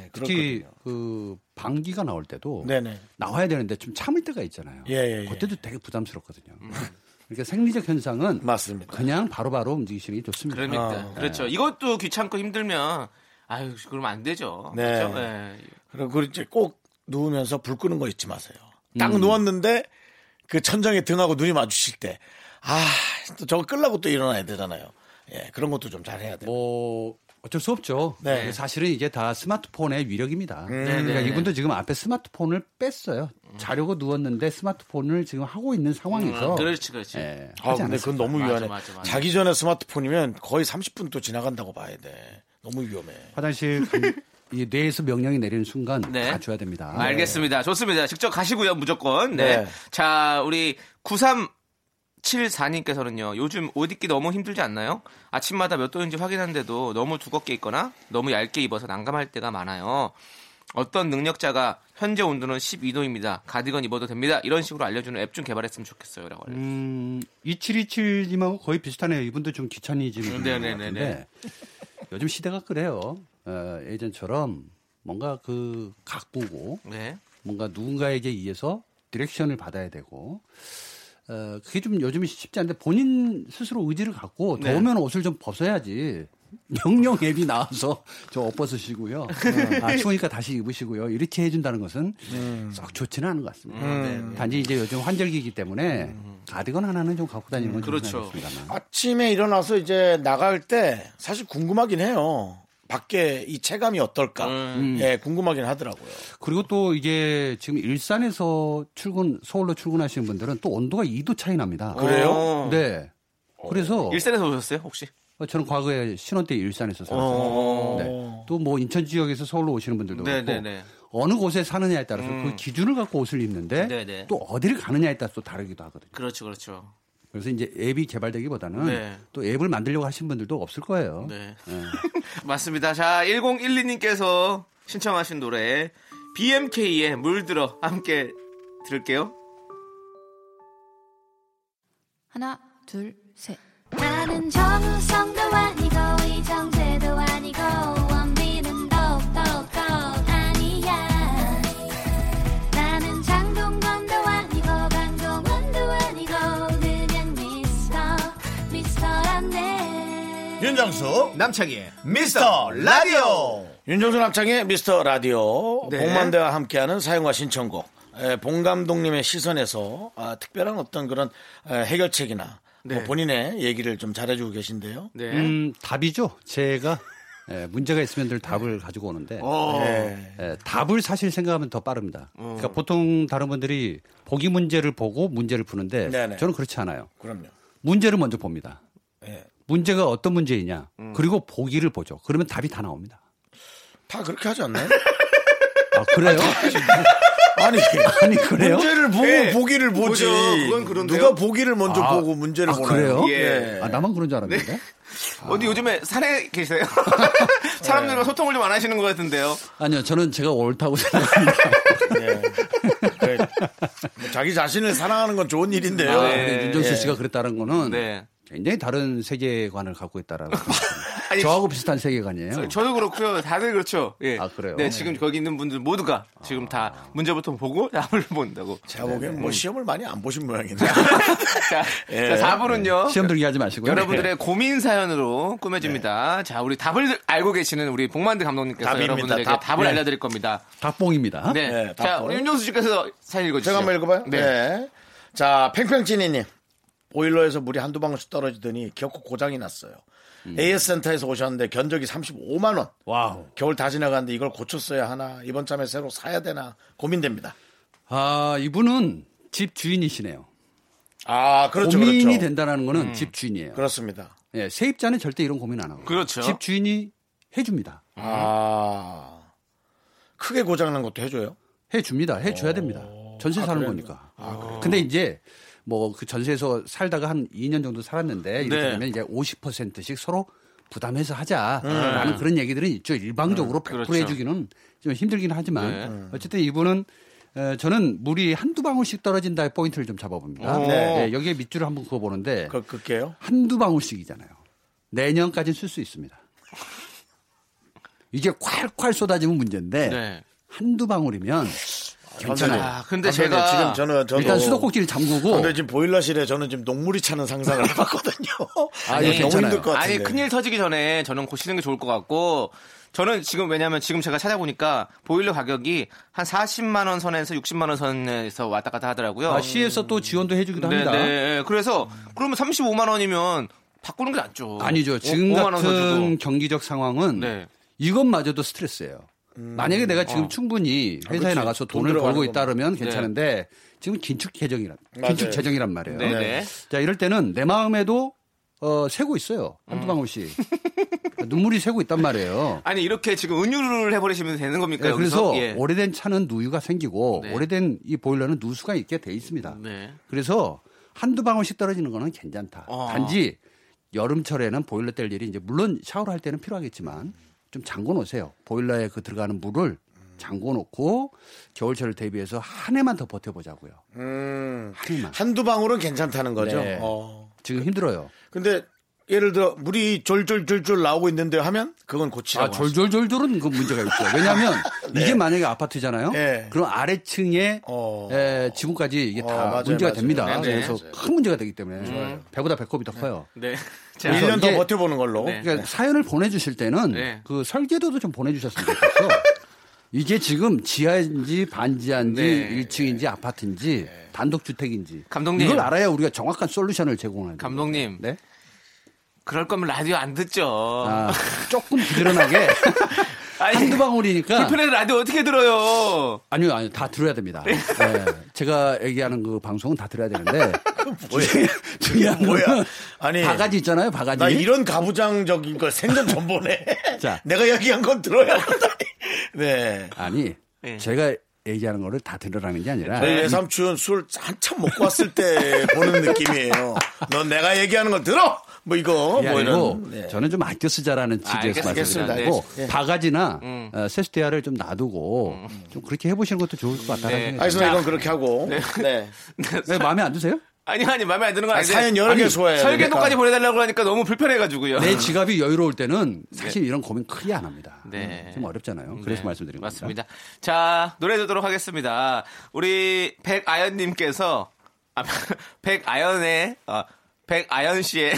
A: 예,
H: 특히 그 방귀가 나올 때도
A: 네네.
H: 나와야 되는데 좀 참을 때가 있잖아요.
A: 예, 예, 예.
H: 그때도 되게 부담스럽거든요.
B: 음.
H: 그러니까 생리적 현상은
A: 맞습니다.
H: 그냥 바로바로 움직이시는 게 좋습니다. 아,
B: 그러니까
A: 어.
B: 그렇죠. 이것도 귀찮고 힘들면 아유 그러면 안 되죠.
A: 네.
B: 그렇죠? 네.
A: 그리고 이제 꼭 누우면서 불 끄는 거 잊지 마세요. 딱 누웠는데 그 천장에 등하고 눈이 마주칠 때 아, 또 저거 끌라고 또 일어나야 되잖아요. 예, 그런 것도 좀 잘해야 돼요.
H: 뭐 어쩔 수 없죠.
A: 네. 음.
H: 사실은 이게 다 스마트폰의 위력입니다. 그러니까
B: 네네.
H: 이분도 지금 앞에 스마트폰을 뺐어요. 자려고 누웠는데 스마트폰을 지금 하고 있는 상황에서.
B: 음, 그렇지 그렇지.
H: 예,
A: 아, 근데
H: 하지 않았습니다.
A: 그건 너무
B: 맞아,
A: 위험해.
B: 맞아, 맞아.
A: 자기 전에 스마트폰이면 거의 30분 또 지나간다고 봐야 돼. 너무 위험해.
H: 화장실 간- 이 뇌에서 명령이 내리는 순간
B: 네.
H: 가줘야 됩니다.
B: 알겠습니다. 좋습니다. 직접 가시고요 무조건. 네.
A: 네.
B: 자 우리 93 74님께서는요, 요즘 옷 입기 너무 힘들지 않나요? 아침마다 몇 도인지 확인하는데도 너무 두껍게 입거나 너무 얇게 입어서 난감할 때가 많아요. 어떤 능력자가 현재 온도는 12도입니다. 가디건 입어도 됩니다. 이런 식으로 알려주는 앱 좀 개발했으면 좋겠어요. 라고 알려주셨어요.
H: 음, 2727님하고 거의 비슷하네요. 이분도 좀 귀차니즘이
B: 음, 네네네네.
H: 네네네. 요즘 시대가 그래요. 어, 예전처럼 뭔가 그 각보고
B: 네.
H: 뭔가 누군가에게 의해서 디렉션을 받아야 되고 어, 그게 좀 요즘이 쉽지 않은데 본인 스스로 의지를 갖고
B: 네.
H: 더우면 옷을 좀 벗어야지 명령 앱이 나와서 저 옷 벗으시고요
B: 네.
H: 아, 추우니까 다시 입으시고요 이렇게 해준다는 것은 썩 좋지는 않은 것 같습니다
B: 음.
H: 네. 단지 이제 요즘 환절기이기 때문에 가디건 하나는 좀 갖고 다니는 건
B: 그렇죠.
H: 좋습니다만
A: 아침에 일어나서 이제 나갈 때 사실 궁금하긴 해요. 밖에 이 체감이 어떨까? 예, 궁금하긴 하더라고요.
H: 그리고 또 이게 지금 일산에서 출근 서울로 출근하시는 분들은 또 온도가 2도 차이 납니다
A: 그래요?
B: 어.
H: 네 그래서
B: 일산에서 오셨어요, 혹시?
H: 어, 저는 과거에 신혼 때 일산에서 살았어요. 네. 또 뭐 인천 지역에서 서울로 오시는 분들도
B: 네,
H: 그렇고
B: 네, 네.
H: 어느 곳에 사느냐에 따라서 그 기준을 갖고 옷을 입는데
B: 네, 네.
H: 또 어디를 가느냐에 따라서 또 다르기도 하거든요.
B: 그렇죠, 그렇죠.
H: 그래서 이제 앱이 개발되기보다는
B: 네.
H: 또 앱을 만들려고 하신 분들도 없을 거예요.
B: 네. 맞습니다. 자, 1012님께서 신청하신 노래 BMK의 물들어 함께 들을게요.
I: 하나, 둘, 셋.
C: 나는 정우성도 아니고 이정재도 아니고 원빈은 더욱더 아니야 나는 장동건도 아니고 강동원도 아니고 그냥 미스터 미스터란데
F: 윤정수 남창희의 미스터 라디오
A: 윤정수 남창의 미스터 라디오
B: 네.
A: 복만대와 함께하는 사용과 신청곡 에, 봉 감독님의 시선에서 아, 특별한 어떤 그런 에, 해결책이나 뭐 본인의 얘기를 좀 잘해주고 계신데요.
B: 네.
H: 음, 답이죠. 제가 예, 문제가 있으면 늘 답을 가지고 오는데
B: 어.
A: 예.
H: 예, 답을 사실 생각하면 더 빠릅니다. 그러니까 보통 다른 분들이 보기 문제를 보고 문제를 푸는데
A: 네네.
H: 저는 그렇지 않아요.
A: 그럼요.
H: 문제를 먼저 봅니다.
A: 예. 음.
H: 문제가 어떤 문제이냐. 그리고 보기를 보죠. 그러면 답이 다 나옵니다.
A: 다 그렇게 하지 않나요?
H: 아, 그래요?
A: 아니,
H: 아니, 그래요?
A: 문제를 보고
H: 예.
A: 보기를 보지.
H: 보죠. 그건 그런데요.
A: 누가 보기를 먼저
H: 아,
A: 보고 문제를
H: 아,
A: 보나요? 예. 네.
H: 그래요? 아, 나만 그런 줄 알았는데. 아.
B: 어디 요즘에 산에 계세요?
H: 네.
B: 사람들과 소통을 좀 안 하시는 것 같은데요.
H: 아니요, 저는 제가 옳다고 생각합니다.
A: 뭐 자기 자신을 사랑하는 건 좋은 일인데요.
H: 아, 근데
A: 예.
H: 윤정수 씨가 그랬다는 거는
B: 네.
H: 굉장히 다른 세계관을 갖고 있다라고.
B: 아니,
H: 저하고 비슷한 세계관이에요.
B: 저도 그렇고요. 다들 그렇죠. 예.
H: 네. 아, 그래요? 아.
B: 네, 지금 거기 있는 분들 모두가 지금 다 문제부터 보고 답을 본다고.
A: 제가 보기엔 뭐 시험을 많이 안 보신 모양인데.
B: 자,
A: 예.
B: 자 4분은요.
H: 네. 시험 들게 하지 마시고요.
B: 네. 여러분들의 고민 사연으로 꾸며집니다. 자, 우리 답을 알고 계시는 우리 복만드 감독님께서
H: 답입니다.
B: 여러분들에게
H: 답.
B: 네. 답을
H: 네.
B: 알려드릴 겁니다.
H: 닭봉입니다.
B: 네. 자, 우리 윤정수 씨께서 사연 읽어주세요.
A: 제가 한번 읽어봐요.
B: 네.
A: 네. 자, 팽팽찐이님. 보일러에서 물이 한두 방울씩 떨어지더니 기어코 고장이 났어요. AS 센터에서 오셨는데 견적이 35만 원.
H: 와우.
A: 겨울 다 지나갔는데 이걸 고쳤어야 하나 이번 참에 새로 사야 되나 고민됩니다.
H: 아, 이분은 집 주인이시네요.
A: 아, 그렇죠.
H: 고민이
A: 그렇죠.
H: 된다는 거는
A: 음.
H: 집 주인이에요.
A: 그렇습니다.
H: 예, 세입자는 절대 이런 고민 안 하고.
A: 그렇죠.
H: 집 주인이 해줍니다.
A: 아. 크게 고장난 것도 해줘요?
H: 해줍니다. 해줘야 됩니다.
A: 아,
H: 전세 사는 거니까. 근데 이제 뭐 그 전세에서 살다가 한 2년 정도 살았는데 이렇게
A: 네.
H: 되면 이제 50%씩 서로 부담해서
A: 음.
H: 하자라는 그런 얘기들은 있죠. 일방적으로 100%
A: 그렇죠.
H: 해주기는 좀 힘들긴 하지만
A: 네.
H: 어쨌든 이분은 에, 저는 물이 한두 방울씩 떨어진다의 포인트를 좀 잡아봅니다.
A: 오. 네.
H: 예, 여기에 밑줄을 한번 그어보는데
A: 그, 그게요?
H: 한두 방울씩이잖아요. 내년까지 쓸 수 있습니다. 이게 콸콸 쏟아지면
B: 네.
H: 문제인데 한두 방울이면 괜찮아요.
A: 선생님. 선생님, 지금 저는 저도
H: 일단 수도꼭지를 잠그고
A: 근데 지금 보일러실에 저는 지금 녹물이 차는 상상을 해봤거든요.
B: 아니,
A: 이거 너무 힘들 것 같은데.
B: 아니, 큰일 터지기 전에 저는 고치는 게 좋을 것 같고, 저는 지금 왜냐면 지금 제가 찾아보니까 보일러 가격이 한 40만원 선에서 60만원 선에서 왔다 갔다 하더라고요.
H: 아, 시에서 또 지원도 해주기도
B: 네,
H: 합니다.
B: 네, 네. 그래서 그러면 35만원이면 바꾸는 게 낫죠.
H: 아니죠.
B: 오,
H: 지금
B: 5만 원
H: 같은
B: 선주고. 네.
H: 경기적 상황은 이것마저도 스트레스예요. 만약에 내가 지금
B: 어.
H: 충분히
B: 아,
H: 회사에
B: 그렇지.
H: 나가서
B: 돈
H: 돈을
B: 들어가는
H: 벌고
B: 거면.
H: 있다면
B: 네.
H: 괜찮은데 지금 긴축 재정이란
B: 맞아요.
H: 긴축 재정이란 말이에요.
B: 네, 네.
H: 자 이럴 때는 내 마음에도 어, 새고 있어요. 한두 방울씩
B: 음.
H: 눈물이 새고 있단 말이에요.
B: 아니, 이렇게 지금 은유를 해버리시면 되는 겁니까?
H: 네,
B: 여기서?
H: 그래서
B: 예.
H: 오래된 차는 누유가 생기고
B: 네.
H: 오래된 이 보일러는 누수가 있게 돼 있습니다.
B: 네.
H: 그래서 한두 방울씩 떨어지는 거는 괜찮다. 단지 여름철에는 보일러 뗄 일이 이제 물론 샤워를 할 때는 필요하겠지만 좀 잠궈 놓으세요. 보일러에 그 들어가는 물을 잠궈 놓고 겨울철을 대비해서 한 해만 더 버텨보자고요.
A: 음,
H: 한 해만.
A: 한두 방울은 괜찮다는 거죠.
H: 네.
A: 어.
H: 지금 힘들어요.
A: 근데 예를 들어 물이 졸졸졸졸 나오고 있는데 하면 그건 고치라고.
H: 아, 졸졸졸졸은 그 문제가 있죠. 왜냐하면 이게 만약에 아파트잖아요.
A: 네. 어.
H: 그럼 아래층에 에, 지붕까지 이게 다
A: 맞아요,
H: 문제가
A: 맞아요.
H: 됩니다.
A: 네, 네.
H: 그래서
A: 맞아요.
H: 큰 문제가 되기 때문에
A: 좋아요.
H: 배보다 배꼽이 더 커요.
B: 네.
A: 자, 1년 더 버텨보는 걸로.
H: 그러니까
A: 네.
H: 사연을 보내주실 때는
A: 네.
H: 그 설계도도 좀 보내주셨으면 좋겠어. 이게 지금 지하인지 반지하인지
B: 네.
H: 1층인지 아파트인지
A: 네.
H: 단독주택인지
B: 감독님.
H: 이걸 알아야 우리가 정확한 솔루션을 제공하는 거예요.
B: 감독님.
H: 네?
B: 그럴 거면 라디오 안 듣죠.
H: 아, 조금 부지런하게 한두 방울이니까
B: 불편해서 라디오 어떻게 들어요?
H: 아니요, 아니요. 다 들어야 됩니다. 네. 제가 얘기하는 그 방송은 다 들어야 되는데. 중요한
A: 뭐야?
H: 거는
A: 아니,
H: 바가지 있잖아요, 바가지.
A: 나 이런 가부장적인 걸 생전 전 보네.
H: 자.
A: 내가 얘기한 건 들어야 한다. 네.
H: 아니, 제가 얘기하는 거를 다 들으라는 게 아니라.
A: 저희 외삼촌 술 한참 먹고 왔을 때 보는 느낌이에요. 넌 내가 얘기하는 거 들어! 뭐 이거,
H: 그게
A: 뭐
H: 아니고
A: 이런. 네.
H: 저는 좀 아껴 쓰자라는 취지에서
A: 알겠습니다.
H: 말씀드리고
A: 네. 예.
H: 바가지나 어, 세스티아를 좀 놔두고
A: 음.
H: 좀 그렇게 해보시는 것도 좋을 것 같다는 생각이
A: 알겠습니다.
H: 듭니다.
A: 이건 그렇게 하고. 네.
H: 왜 마음에 안 드세요?
B: 아니 아니 마음에 안 드는 건
A: 아,
B: 아닌데
A: 사연 여러 개 소화해야
B: 설계도까지
A: 되니까.
B: 보내달라고 하니까 너무 불편해가지고요.
A: 네.
H: 내 네, 지갑이 여유로울 때는 사실 이런 고민 크게 안 합니다.
B: 네.
H: 음, 좀 어렵잖아요. 그래서
B: 네,
H: 말씀드린 겁니다.
B: 맞습니다. 자 노래 듣도록 하겠습니다. 우리 백아연님께서 아, 백아연의 어, 백아연 씨의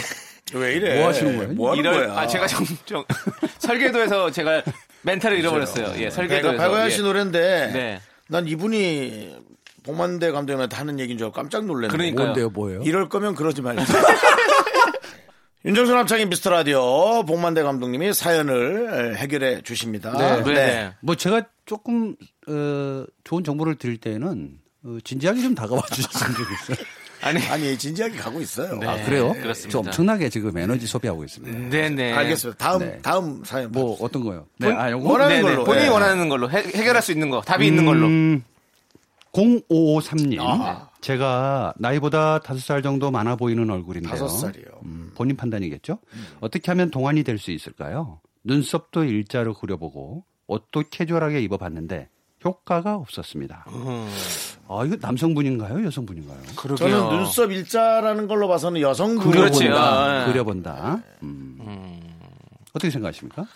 A: 왜 이래? 뭐 하시는 거예요? 뭐 하는
B: 이럴-
A: 거야?
B: 아 제가 점점 설계도에서 제가 멘탈을 잃어버렸어요. 예, 설계도에서
A: 그러니까 박연
B: 예.
A: 씨 노래인데
B: 네.
A: 난 이분이 복만대 감독님한테 하는 얘기인 줄 알고 깜짝 놀랐네.
B: 그러니까요. 뭔데요,
H: 뭐예요?
A: 이럴 거면 그러지 말자. 윤정수 남창인 미스터 라디오 복만대 감독님이 사연을 해결해 주십니다.
B: 네.
A: 네.
H: 뭐 제가 조금 어, 좋은 정보를 드릴 때에는 어, 진지하게 좀 다가와 주셨으면 좋겠어요.
A: 아니, 아니 진지하게 가고 있어요.
H: 아
B: 네.
H: 그래요?
B: 그렇습니다.
H: 저 엄청나게 지금 에너지 소비하고 있습니다.
B: 네네.
A: 알겠습니다. 다음 다음 사연
H: 뭐 어떤 거요? 네,
B: 본-
H: 아 요거
A: 원하는
B: 네네,
A: 걸로. 음,
B: 본인이
A: 예.
B: 원하는 걸로 해, 결할수 있는 거 답이 있는 걸로
H: 0553님.
B: 아.
H: 음, 제가 나이보다 5살 정도 많아 보이는 얼굴인데요.
A: 다섯 살이요.
H: 음, 본인 판단이겠죠? 어떻게 하면 동안이 될 수 있을까요? 눈썹도 일자로 그려보고 옷도 캐주얼하게 입어봤는데 효과가 없었습니다. 아, 이거 남성분인가요? 여성분인가요?
A: 저는 눈썹 일자라는 걸로 봐서는 여성
H: 그려본다.
B: 그렇지, 아, 예.
H: 그려본다. 음. 어떻게 생각하십니까?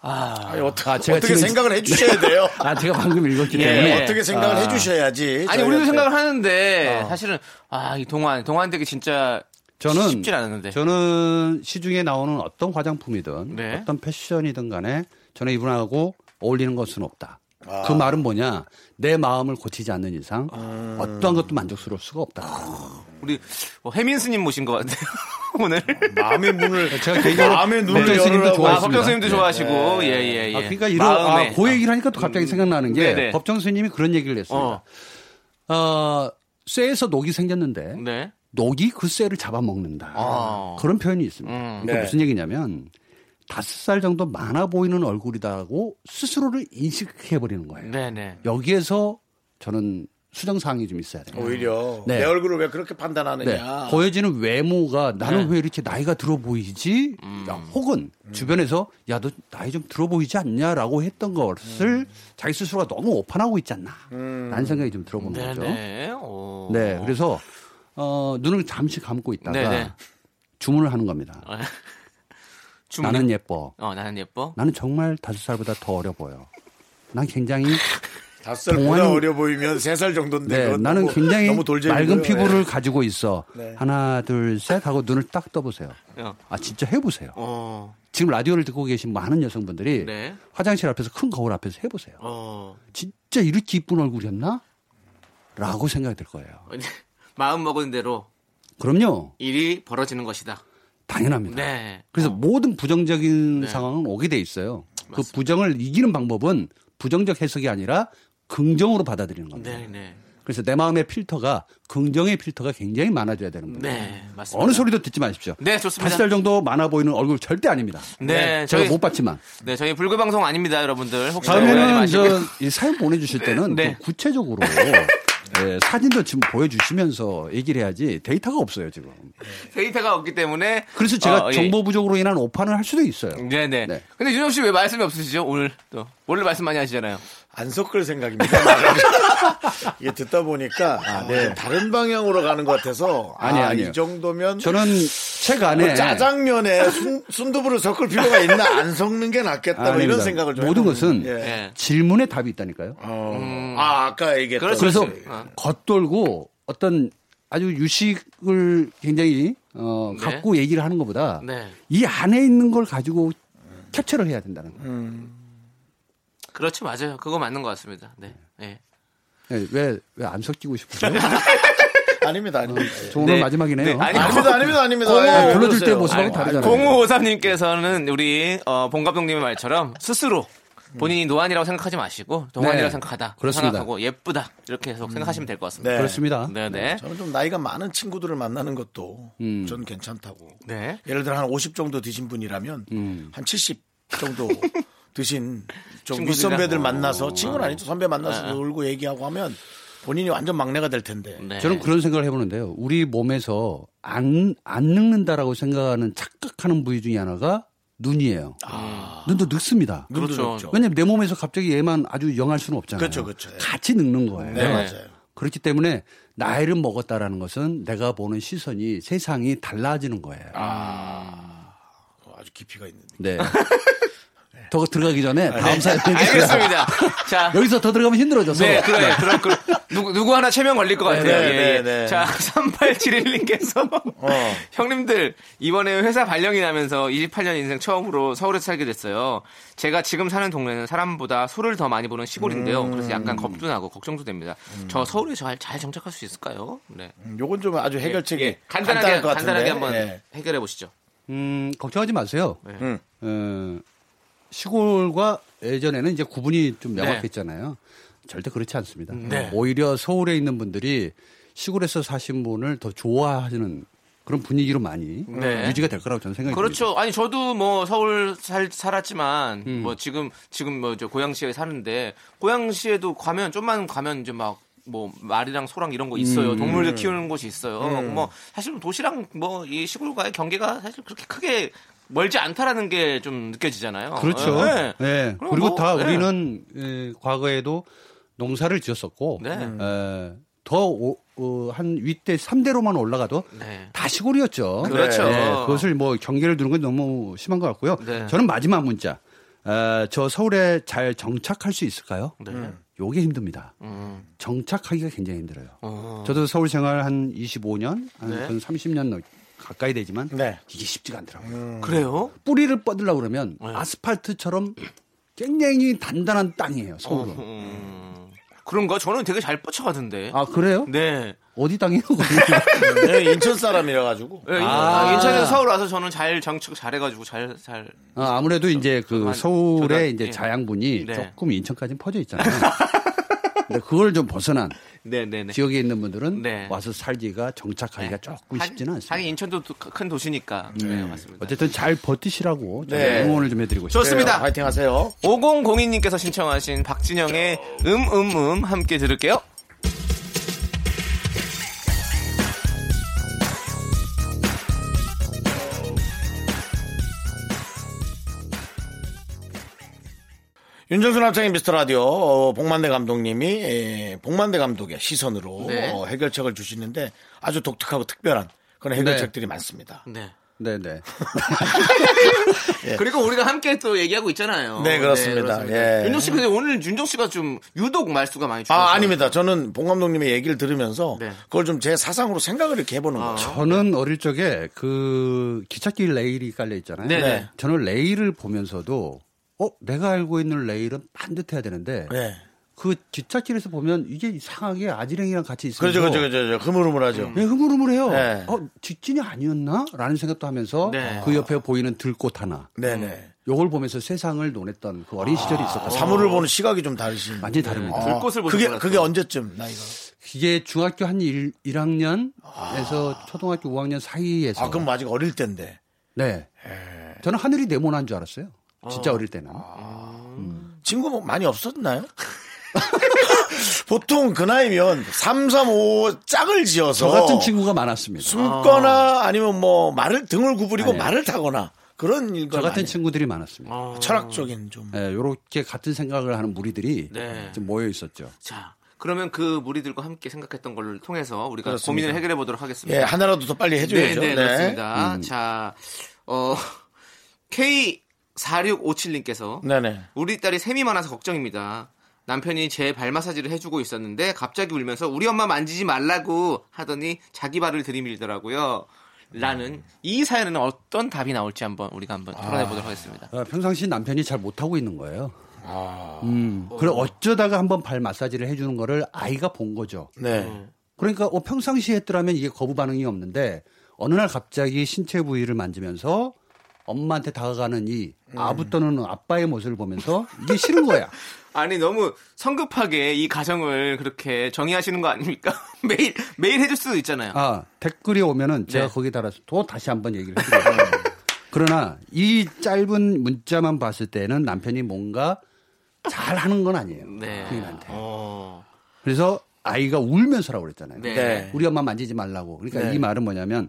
B: 아,
A: 아니, 어떻게,
H: 제가
A: 어떻게
H: 지금-
A: 생각을 해주셔야 돼요.
H: 아, 제가 방금 읽었기
B: 예.
H: 때문에.
B: 네.
A: 어떻게 생각을
H: 아.
A: 해주셔야지. 어.
B: 아니 우리도
A: 저희한테.
B: 생각을 하는데 사실은 아 이 동안 동안 되기 진짜
H: 저는
B: 쉽진 않았는데
H: 저는 시중에 나오는 어떤 화장품이든
B: 네.
H: 어떤 패션이든 간에 저는 이분하고 어울리는 것은 없다. 그 말은 뭐냐? 내 마음을 고치지 않는 이상 어떠한 것도 만족스러울 수가 없다.
B: 아, 우리 뭐 해민스님 모신 것 같아요 오늘
A: 마음의 문을
H: 제가 개인적으로
A: 마음의 눈을
H: 박정희
A: 열으라고.
H: 스님도
B: 아
H: 좋아했습니다.
B: 법정스님도
H: 네.
B: 좋아하시고 예예예 음.
H: 아, 그러니까 이런 아, 고 얘기를 하니까 또 갑자기 생각나는 게
B: 네네. 어.
H: 법정 스님이 그런 얘기를 했습니다. 어. 쇠에서 녹이 생겼는데
B: 네.
H: 녹이 그 쇠를 잡아먹는다.
B: 아.
H: 그런 표현이 있습니다.
B: 음.
H: 그러니까
A: 네.
H: 무슨 얘기냐면 다섯 살 정도 많아 보이는 얼굴이다라고 스스로를 인식해 버리는 거예요.
B: 네네.
H: 여기에서 저는 수정 사항이 좀 있어야 돼요.
A: 오히려
H: 네.
A: 내 얼굴을 왜 그렇게
H: 네.
A: 판단하느냐.
H: 보여지는 외모가 나는
B: 네. 음.
H: 왜 이렇게 나이가 들어 보이지? 야, 혹은 주변에서 야 너 나이 좀 들어 보이지 않냐라고 했던
B: 음.
H: 것을 자기 스스로가 너무 오판하고 있지 않나? 라는 생각이 좀 들어보는 거죠.
B: 네네. 오.
H: 네, 그래서 어, 눈을 잠시 감고 있다가
B: 네네.
H: 주문을 하는 겁니다.
A: 아,
B: 주문이-
H: 나는 예뻐.
B: 어 나는 예뻐.
H: 나는 정말 다섯 살보다 더 어려 보여. 난 굉장히
A: 다섯 살보다
H: 동안이-
A: 어려 보이면 세 살 정도인데.
H: 네,
A: 그건
H: 나는
A: 너무-
H: 굉장히
A: 너무 돌잼이고요.
H: 맑은 피부를
A: 예.
H: 가지고 있어.
A: 네.
H: 하나, 둘, 셋 하고 눈을 딱 떠보세요.
B: 어.
H: 아 진짜 해보세요.
B: 어.
H: 지금 라디오를 듣고 계신 많은 여성분들이
B: 네.
H: 화장실 앞에서 큰 거울 앞에서 해보세요.
B: 어.
H: 진짜 이렇게 이쁜 얼굴이었나? 라고 생각이 들 거예요.
B: 마음 먹은 대로
H: 그럼요,
B: 일이 벌어지는 것이다.
H: 당연합니다.
B: 네.
H: 그래서 모든 부정적인
B: 네.
H: 상황은 오게 돼 있어요. 그 부정을 이기는 방법은 부정적 해석이 아니라 긍정으로 받아들이는 겁니다.
B: 네네.
H: 그래서 내 마음의 필터가 긍정의 필터가 굉장히 많아져야 되는 겁니다.
B: 네 맞습니다.
H: 어느 소리도 듣지 마십시오.
B: 네 좋습니다.
H: 5살 정도 많아 보이는 얼굴 절대 아닙니다.
B: 네,
H: 제가
B: 저희-
H: 못 봤지만
B: 네 저희 불교 방송 아닙니다 여러분들. 혹시 오해하지
H: 다음에는
B: 마시고.
H: 저이 사연 보내주실 때는
B: 네.
H: 좀 구체적으로 예, 사진도 지금 보여주시면서 얘기를 해야지 데이터가 없어요 지금.
B: 데이터가 없기 때문에
H: 그래서 제가
B: 어, 예.
H: 정보 부족으로 인한 오판을 할 수도 있어요.
B: 네네.
H: 네.
B: 근데 윤정 씨 왜 말씀이 없으시죠? 오늘 또 원래 말씀 많이 하시잖아요.
A: 안 섞을 생각입니다. 이게 듣다 보니까 어, 다른 방향으로 가는 것 같아서 아,
H: 아, 네. 아니, 아니에요.
A: 이 정도면
H: 저는 네. 책 안에
A: 뭐 짜장면에 순, 순두부를 섞을 필요가 있나 안 섞는 게 낫겠다 뭐 이런
H: 아닙니다.
A: 생각을 좀
H: 모든
A: 해보는-
H: 것은
A: 예.
B: 네.
H: 질문에 답이 있다니까요.
A: 어. 아 아까 얘기했던
B: 그렇죠.
H: 그래서
B: 그렇지. 어.
H: 겉돌고 어떤 아주 유식을 굉장히 어,
B: 네.
H: 갖고 얘기를 하는 것보다
B: 네.
H: 이 안에 있는 걸 가지고 캡처를 해야 된다는 거예요.
A: 음.
B: 그렇죠 맞아요. 그거 맞는 것 같습니다. 네. 네.
H: 왜왜 안 섞이고 싶으세요?
A: 아닙니다 아닙니다
H: 저 오늘
B: 네.
H: 마지막이네요.
B: 네, 아니,
H: 아,
A: 네. 아닙니다 아닙니다 아닙니다
H: 공허
A: 예, 왜
H: 불러줄 때
A: 그러세요?
H: 모습하고
A: 아니,
H: 뭐 다르잖아요.
A: 공허-
B: 0553님께서는 우리 어, 봉 감독님의 말처럼 스스로 본인이 노안이라고 생각하지 마시고 동안이라고
H: 네.
B: 생각하다
H: 그렇습니다.
B: 생각하고 예쁘다 이렇게 계속 생각하시면 될 것 같습니다.
A: 네.
H: 그렇습니다.
B: 네. 네.
A: 저는 좀 나이가 많은 친구들을 만나는 것도
B: 음.
A: 저는 괜찮다고
B: 네.
A: 예를 들어 한 50 정도 드신 분이라면 한 70 정도 드신 좀
B: 음. 친구들이랑?
A: 윗선배들
B: 어.
A: 만나서 친구는 아니죠 선배 만나서 놀고 얘기하고 하면 본인이 완전 막내가 될 텐데
B: 네.
H: 저는 그런 생각을 해보는데요. 우리 몸에서 안, 안 늙는다라고 생각하는 착각하는 부위 중에 하나가 눈이에요. 눈도 늙습니다.
A: 아. 눈도
B: 그렇죠.
A: 높죠.
H: 왜냐면 내 몸에서 갑자기 얘만 아주 영할 수는 없잖아요.
A: 그렇죠, 그렇죠. 예.
H: 같이 늙는 거예요.
A: 네, 맞아요.
H: 그렇기 때문에 나이를 먹었다라는 것은 내가 보는 시선이 세상이 달라지는 거예요.
A: 어, 아주 깊이가 있는.
H: 네. 더 들어가기 전에 다음 사연 해주세요.
B: 알겠습니다. 자,
H: 여기서 더 들어가면 힘들어져서.
B: 네, 그래, 그럼, 그 누구, 누구 하나 체면 걸릴 것 같아요.
A: 네,
B: 예, 예.
A: 네, 어. 네.
B: 자, 3871님께서. 형님들, 이번에 회사 발령이 나면서 28년 인생 처음으로 서울에서 살게 됐어요. 제가 지금 사는 동네는 사람보다 소를 더 많이 보는 시골인데요.
A: 음.
B: 그래서 약간 겁도 나고 걱정도 됩니다. 저 서울에 잘, 잘 정착할 수 있을까요? 네.
A: 음, 요건 좀 아주 해결책이
B: 예,
A: 간단할
B: 간단하게,
A: 것 같은데.
B: 간단하게 한번
A: 예.
B: 해결해 보시죠.
H: 음, 걱정하지 마세요.
B: 네.
A: 음.
H: 어, 시골과 예전에는 이제 구분이 좀 명확했잖아요. 절대 그렇지 않습니다.
B: 네.
H: 오히려 서울에 있는 분들이 시골에서 사신 분을 더 좋아하는 그런 분위기로 많이
B: 네.
H: 유지가 될 거라고 저는 생각이 듭니다.
B: 그렇죠. 아니 저도 뭐 서울 살, 살았지만
H: 음.
B: 뭐 지금 지금 뭐 저 고양시에 사는데 고양시에도 가면 좀만 가면 이제 막 뭐 말이랑 소랑 이런 거 있어요.
H: 음.
B: 동물들 키우는 곳이 있어요.
H: 음.
B: 뭐 사실 도시랑 뭐 이 시골과의 경계가 사실 그렇게 크게 멀지 않다라는 게 좀 느껴지잖아요.
H: 그렇죠.
B: 예.
H: 예.
B: 그럼
H: 그리고
B: 뭐,
H: 다
B: 예.
H: 우리는 예, 과거에도 농사를 지었었고
B: 네.
H: 예, 어, 더한 윗대 3대로만 올라가도
B: 네.
H: 다 시골이었죠.
B: 그렇죠.
H: 그것을 뭐 경계를 두는 건 너무 심한 것 같고요.
B: 네.
H: 저는 마지막 문자. 에, 저 서울에 잘 정착할 수 있을까요?
B: 네.
H: 요게 힘듭니다.
B: 음.
H: 정착하기가 굉장히 힘들어요. 저도 서울 생활 한 25년, 한그
B: 네.
H: 30년 넘- 가까이 되지만
A: 네.
H: 이게 쉽지가 않더라고요.
B: 그래요?
H: 뿌리를 뻗으려고 그러면
B: 네.
H: 아스팔트처럼 굉장히 단단한 땅이에요, 서울은.
B: 음. 그런가? 저는 되게 잘 뻗쳐가던데.
H: 아, 그래요?
B: 네.
H: 어디 땅이에요?
A: 네, 인천 사람이라 가지고.
B: 예, 아, 인천에서 서울 와서 저는 잘 정착 잘해가지고 잘 잘.
H: 아, 무래도 이제 그
B: 한-
H: 서울의
B: 저도 한-
H: 이제
B: 예.
H: 자양분이
B: 네.
H: 조금 인천까지 퍼져 있잖아요. 근데 그걸 좀 벗어난
B: 네네네.
H: 지역에 있는 분들은
B: 네.
H: 와서 살기가 정착하기가 조금 쉽지는 않습니다.
B: 하긴 인천도 도- 큰 도시니까. 네, 맞습니다.
H: 어쨌든 잘 버티시라고 저는
B: 네.
H: 응원을 좀 해드리고 싶습니다.
B: 좋습니다.
A: 네, 화이팅 하세요.
B: 5002님께서 신청하신 박진영의 음음음 함께 들을게요.
A: 윤정수 남창의 미스터 라디오 어, 복만대 감독님이 에, 복만대 감독의 시선으로
B: 네.
A: 어, 해결책을 주시는데 아주 독특하고 특별한 그런 해결책들이 많습니다.
B: 네.
H: 네, 네. 예.
B: 그리고 우리가 함께 또 얘기하고 있잖아요.
A: 네, 그렇습니다. 예.
B: 윤종 씨 근데 오늘 윤종 씨가 좀 유독 말수가 많이 줄었어요.
A: 아, 아닙니다. 저는 봉 감독님의 얘기를 들으면서
H: 네.
A: 그걸 좀 제 사상으로 생각을 이렇게 해보는
H: 아.
A: 거죠.
H: 저는 어릴 적에 그 기찻길 레일이 깔려 있잖아요.
A: 네네.
H: 저는 레일을 보면서도 어 내가 알고 있는 레일은 반듯해야 되는데
A: 네.
H: 그 기찻길에서 보면 이게 이상하게 아지랭이랑 같이 있어서
A: 그렇죠, 그렇죠, 그렇죠. 그렇죠. 흐물흐물하죠.
H: 네, 흐물흐물해요.
A: 네.
H: 어 직진이 아니었나라는 생각도 하면서
A: 네.
H: 그 옆에 보이는 들꽃 하나.
A: 네네.
H: 요걸 보면서 세상을 논했던 그 어린 시절이 있었거든요.
A: 아, 사물을 보는 시각이 좀 다르신.
H: 완전히 아. 다릅니다.
A: 아,
H: 불꽃을 보는
A: 그게,
H: 거라서.
A: 그게 언제쯤 나이가?
H: 이게 중학교 한 일, 1학년에서 초등학교 5학년 사이에서.
A: 아, 그럼 아직 어릴 때인데.
H: 네. 저는 하늘이 네모난 줄 알았어요. 진짜
A: 어.
H: 어릴 때는.
A: 친구 뭐 많이 없었나요? 보통 그 나이면 3, 3, 5 짝을 지어서
H: 저 같은 친구가 많았습니다.
A: 숨거나 아니면 뭐 말을 등을 구부리고 말을 타거나 그런 일
H: 저 같은 친구들이 아. 많았습니다.
A: 철학적인 좀.
H: 예, 요렇게 같은 생각을 하는 무리들이
B: 네.
H: 좀 모여 있었죠.
B: 자, 그러면 그 무리들과 함께 생각했던 걸 통해서 우리가
H: 그렇습니다.
B: 고민을 해결해 보도록 하겠습니다.
A: 예, 하나라도 더 빨리 해줘야죠. 네.
B: 네, 네, 그렇습니다.
A: 음.
B: 자, 어, K4657님께서
A: 네네.
B: 우리 딸이 샘이 많아서 걱정입니다. 남편이 제 발 마사지를 해주고 있었는데 갑자기 울면서 우리 엄마 만지지 말라고 하더니 자기 발을 들이밀더라고요. 라는 이 사연에는 어떤 답이 나올지 한번 우리가 한번 토론해 보도록 하겠습니다.
H: 아, 평상시 남편이 잘 못하고 있는 거예요. 음. 그래 어쩌다가 한번 발 마사지를 해주는 거를 아이가 본 거죠.
A: 네.
H: 그러니까 어, 평상시 에 했더라면 이게 거부 반응이 없는데 어느 날 갑자기 신체 부위를 만지면서 엄마한테 다가가는 이 아부 떠는 아빠의 모습을 보면서 이게 싫은 거야.
B: 아니 너무 성급하게 이 가정을 그렇게 정의하시는 거 아닙니까? 매일 매일 해줄 수도 있잖아요.
H: 아 댓글이 오면은 제가
B: 네.
H: 거기 달아서 또 다시 한번 얘기를 해드려요. 그러나 이 짧은 문자만 봤을 때는 남편이 뭔가 잘하는 건 아니에요.
B: 네.
H: 부인한테.
B: 어.
H: 그래서 아이가 울면서라고 그랬잖아요.
B: 네. 네.
H: 우리 엄마 만지지 말라고. 그러니까
B: 네.
H: 이 말은 뭐냐면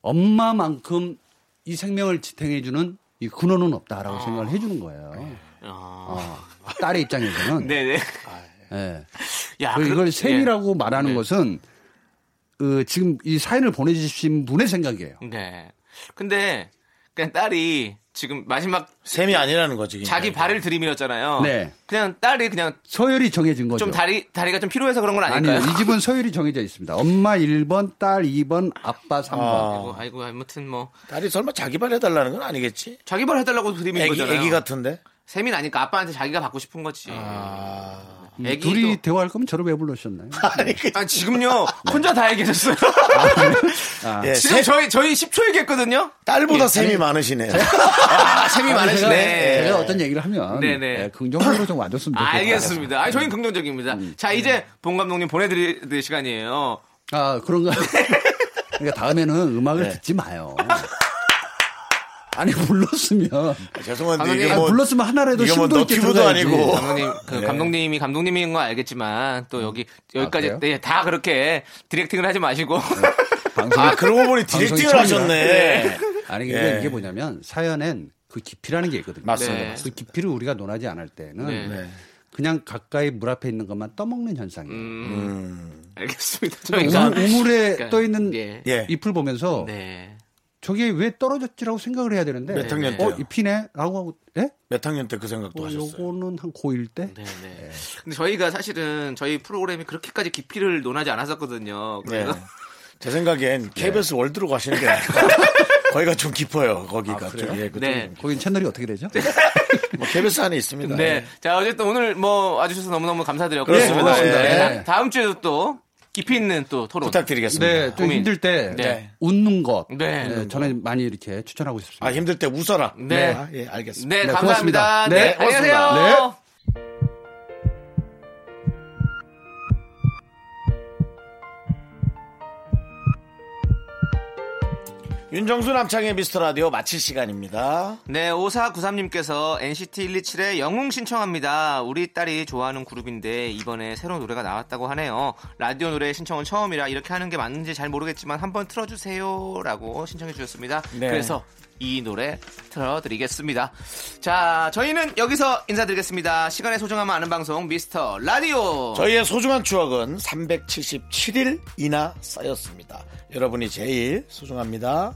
H: 엄마만큼 이 생명을 지탱해주는 이 근원은 없다라고
B: 아.
H: 생각을 해주는 거예요. 어, 딸의 입장에서는.
B: 네. 네네. 그렇죠.
H: 예.
B: 야,
H: 그리고
B: 그럼-
H: 이걸
B: 예.
H: 셈이라고
B: 네.
H: 말하는 것은 그 지금 이 사연을 보내주신 분의 생각이에요.
B: 네. 근데 그냥 딸이 지금 마지막
A: 셈이 아니라는 거지.
B: 자기 발을 들이밀었잖아요.
H: 예, 네.
B: 그냥 딸이 그냥
H: 서열이 정해진 거죠.
B: 좀 다리 다리가 좀 필요해서 그런 건
H: 아니요,
B: 아닐까요?
H: 이 집은 서열이 정해져 있습니다. 엄마 1번, 딸 2번, 아빠 3번.
B: 아이고, 아이고, 아무튼 뭐.
A: 딸이 설마 자기 발 해달라는 건 아니겠지?
B: 자기 발 해달라고 드리면
A: 애기,
B: 거잖아요.
A: 애기 같은데?
B: 셈이 나니까 아빠한테 자기가 받고 싶은 거지.
H: 아, 음,
B: 애기도-
H: 둘이 대화할 거면 저를 왜 불러주셨나요?
A: 그
B: 아, 지금요, 혼자 다 얘기하셨어요.
H: 아.
A: 예,
B: 지금
A: 셈-
B: 저희, 저희 10초 얘기했거든요?
A: 딸보다
B: 예.
A: 셈이 많으시네요.
B: 아, 셈이
H: 아니, 제가,
B: 많으시네.
H: 제가 어떤 얘기를 하면
B: 네네.
H: 예, 긍정적으로 좀
B: 아,
H: 와줬으면 좋겠어요. 음.
B: 알겠습니다. 아니, 저희는 긍정적입니다. 자, 이제 본 감독님 보내드릴 시간이에요.
H: 아, 그런가? 그러니까 다음에는 음악을 듣지 마요. 아니, 불렀으면.
A: 죄송한데
B: 감독님.
A: 이게 뭐
B: 아,
H: 불렀으면 하나라도
A: 이게 뭐
H: 심도 있게
A: 너튜브도
H: 들어가야지.
A: 아니고
B: 감독님, 그 감독님이 감독님인 건 알겠지만 또 여기 여기까지
H: 그래요?
B: 네, 다 그렇게 디렉팅을 하지 마시고
H: 방송이-
A: 아, 그러고 보니
H: 방송이
A: 디렉팅을
H: 처음이라.
A: 하셨네.
H: 네. 아니 근데
A: 예.
H: 이게 뭐냐면 사연엔 그 깊이라는 게 있거든요.
A: 맞습니다,
B: 네.
H: 그 깊이를 우리가 논하지 않을 때는
B: 네.
H: 그냥 가까이 물 앞에 있는 것만 떠먹는 현상이에요.
B: 알겠습니다.
H: 그러니까
B: 저희가-
H: 우물, 우물에
B: 그러니까,
H: 떠 있는
B: 예.
A: 예.
H: 잎을 보면서
B: 네.
H: 저게 왜 떨어졌지라고 생각을 해야 되는데
A: 몇 학년
H: 어
A: 때요?
H: 잎이네라고 하고 예?
A: 몇 학년 때 그 생각도
H: 어,
A: 하셨어요?
H: 요거는 한 고1 때
B: 네, 네. 근데 저희가 사실은 저희 프로그램이 그렇게까지 깊이를 논하지 않았었거든요.
A: 네.
B: 그래서
A: 제 생각엔 KBS 월드로 가시는 게 나을 것 같아요. 거기가 좀 깊어요. 거기가 좀 예, 그쪽
B: 네.
H: 거긴 채널이 어떻게 되죠?
A: 뭐 KBS 안에 있습니다. 예.
B: 네. 자, 어쨌든 오늘 뭐 와주셔서 너무너무 감사드렸고.
A: 그렇습니다.
H: 고맙습니다. 예.
B: 다음 주에도 또 깊이 있는 또 토론.
A: 부탁드리겠습니다.
H: 네, 좀
B: 고민.
H: 힘들 때
B: 네.
H: 웃는 것
B: 네.
H: 네, 저는 많이 이렇게 추천하고 싶습니다.
A: 아 힘들 때 웃어라.
B: 네.
A: 아, 예, 알겠습니다.
B: 네,
H: 네,
B: 감사합니다.
H: 고맙습니다.
B: 네,
H: 네, 고맙습니다.
B: 안녕하세요.
H: 네.
A: 윤정수 남창의 미스터 라디오 마칠 시간입니다.
B: 네, 5493님께서 NCT 127의 영웅 신청합니다. 우리 딸이 좋아하는 그룹인데 이번에 새로운 노래가 나왔다고 하네요. 라디오 노래 신청은 처음이라 이렇게 하는 게 맞는지 잘 모르겠지만 한번 틀어주세요. 라고 신청해 주셨습니다.
A: 네.
B: 그래서 이 노래 틀어드리겠습니다. 자, 저희는 여기서 인사드리겠습니다. 시간의 소중함을 아는 방송 미스터 라디오.
A: 저희의 소중한 추억은 377일이나 쌓였습니다. 여러분이 제일 소중합니다.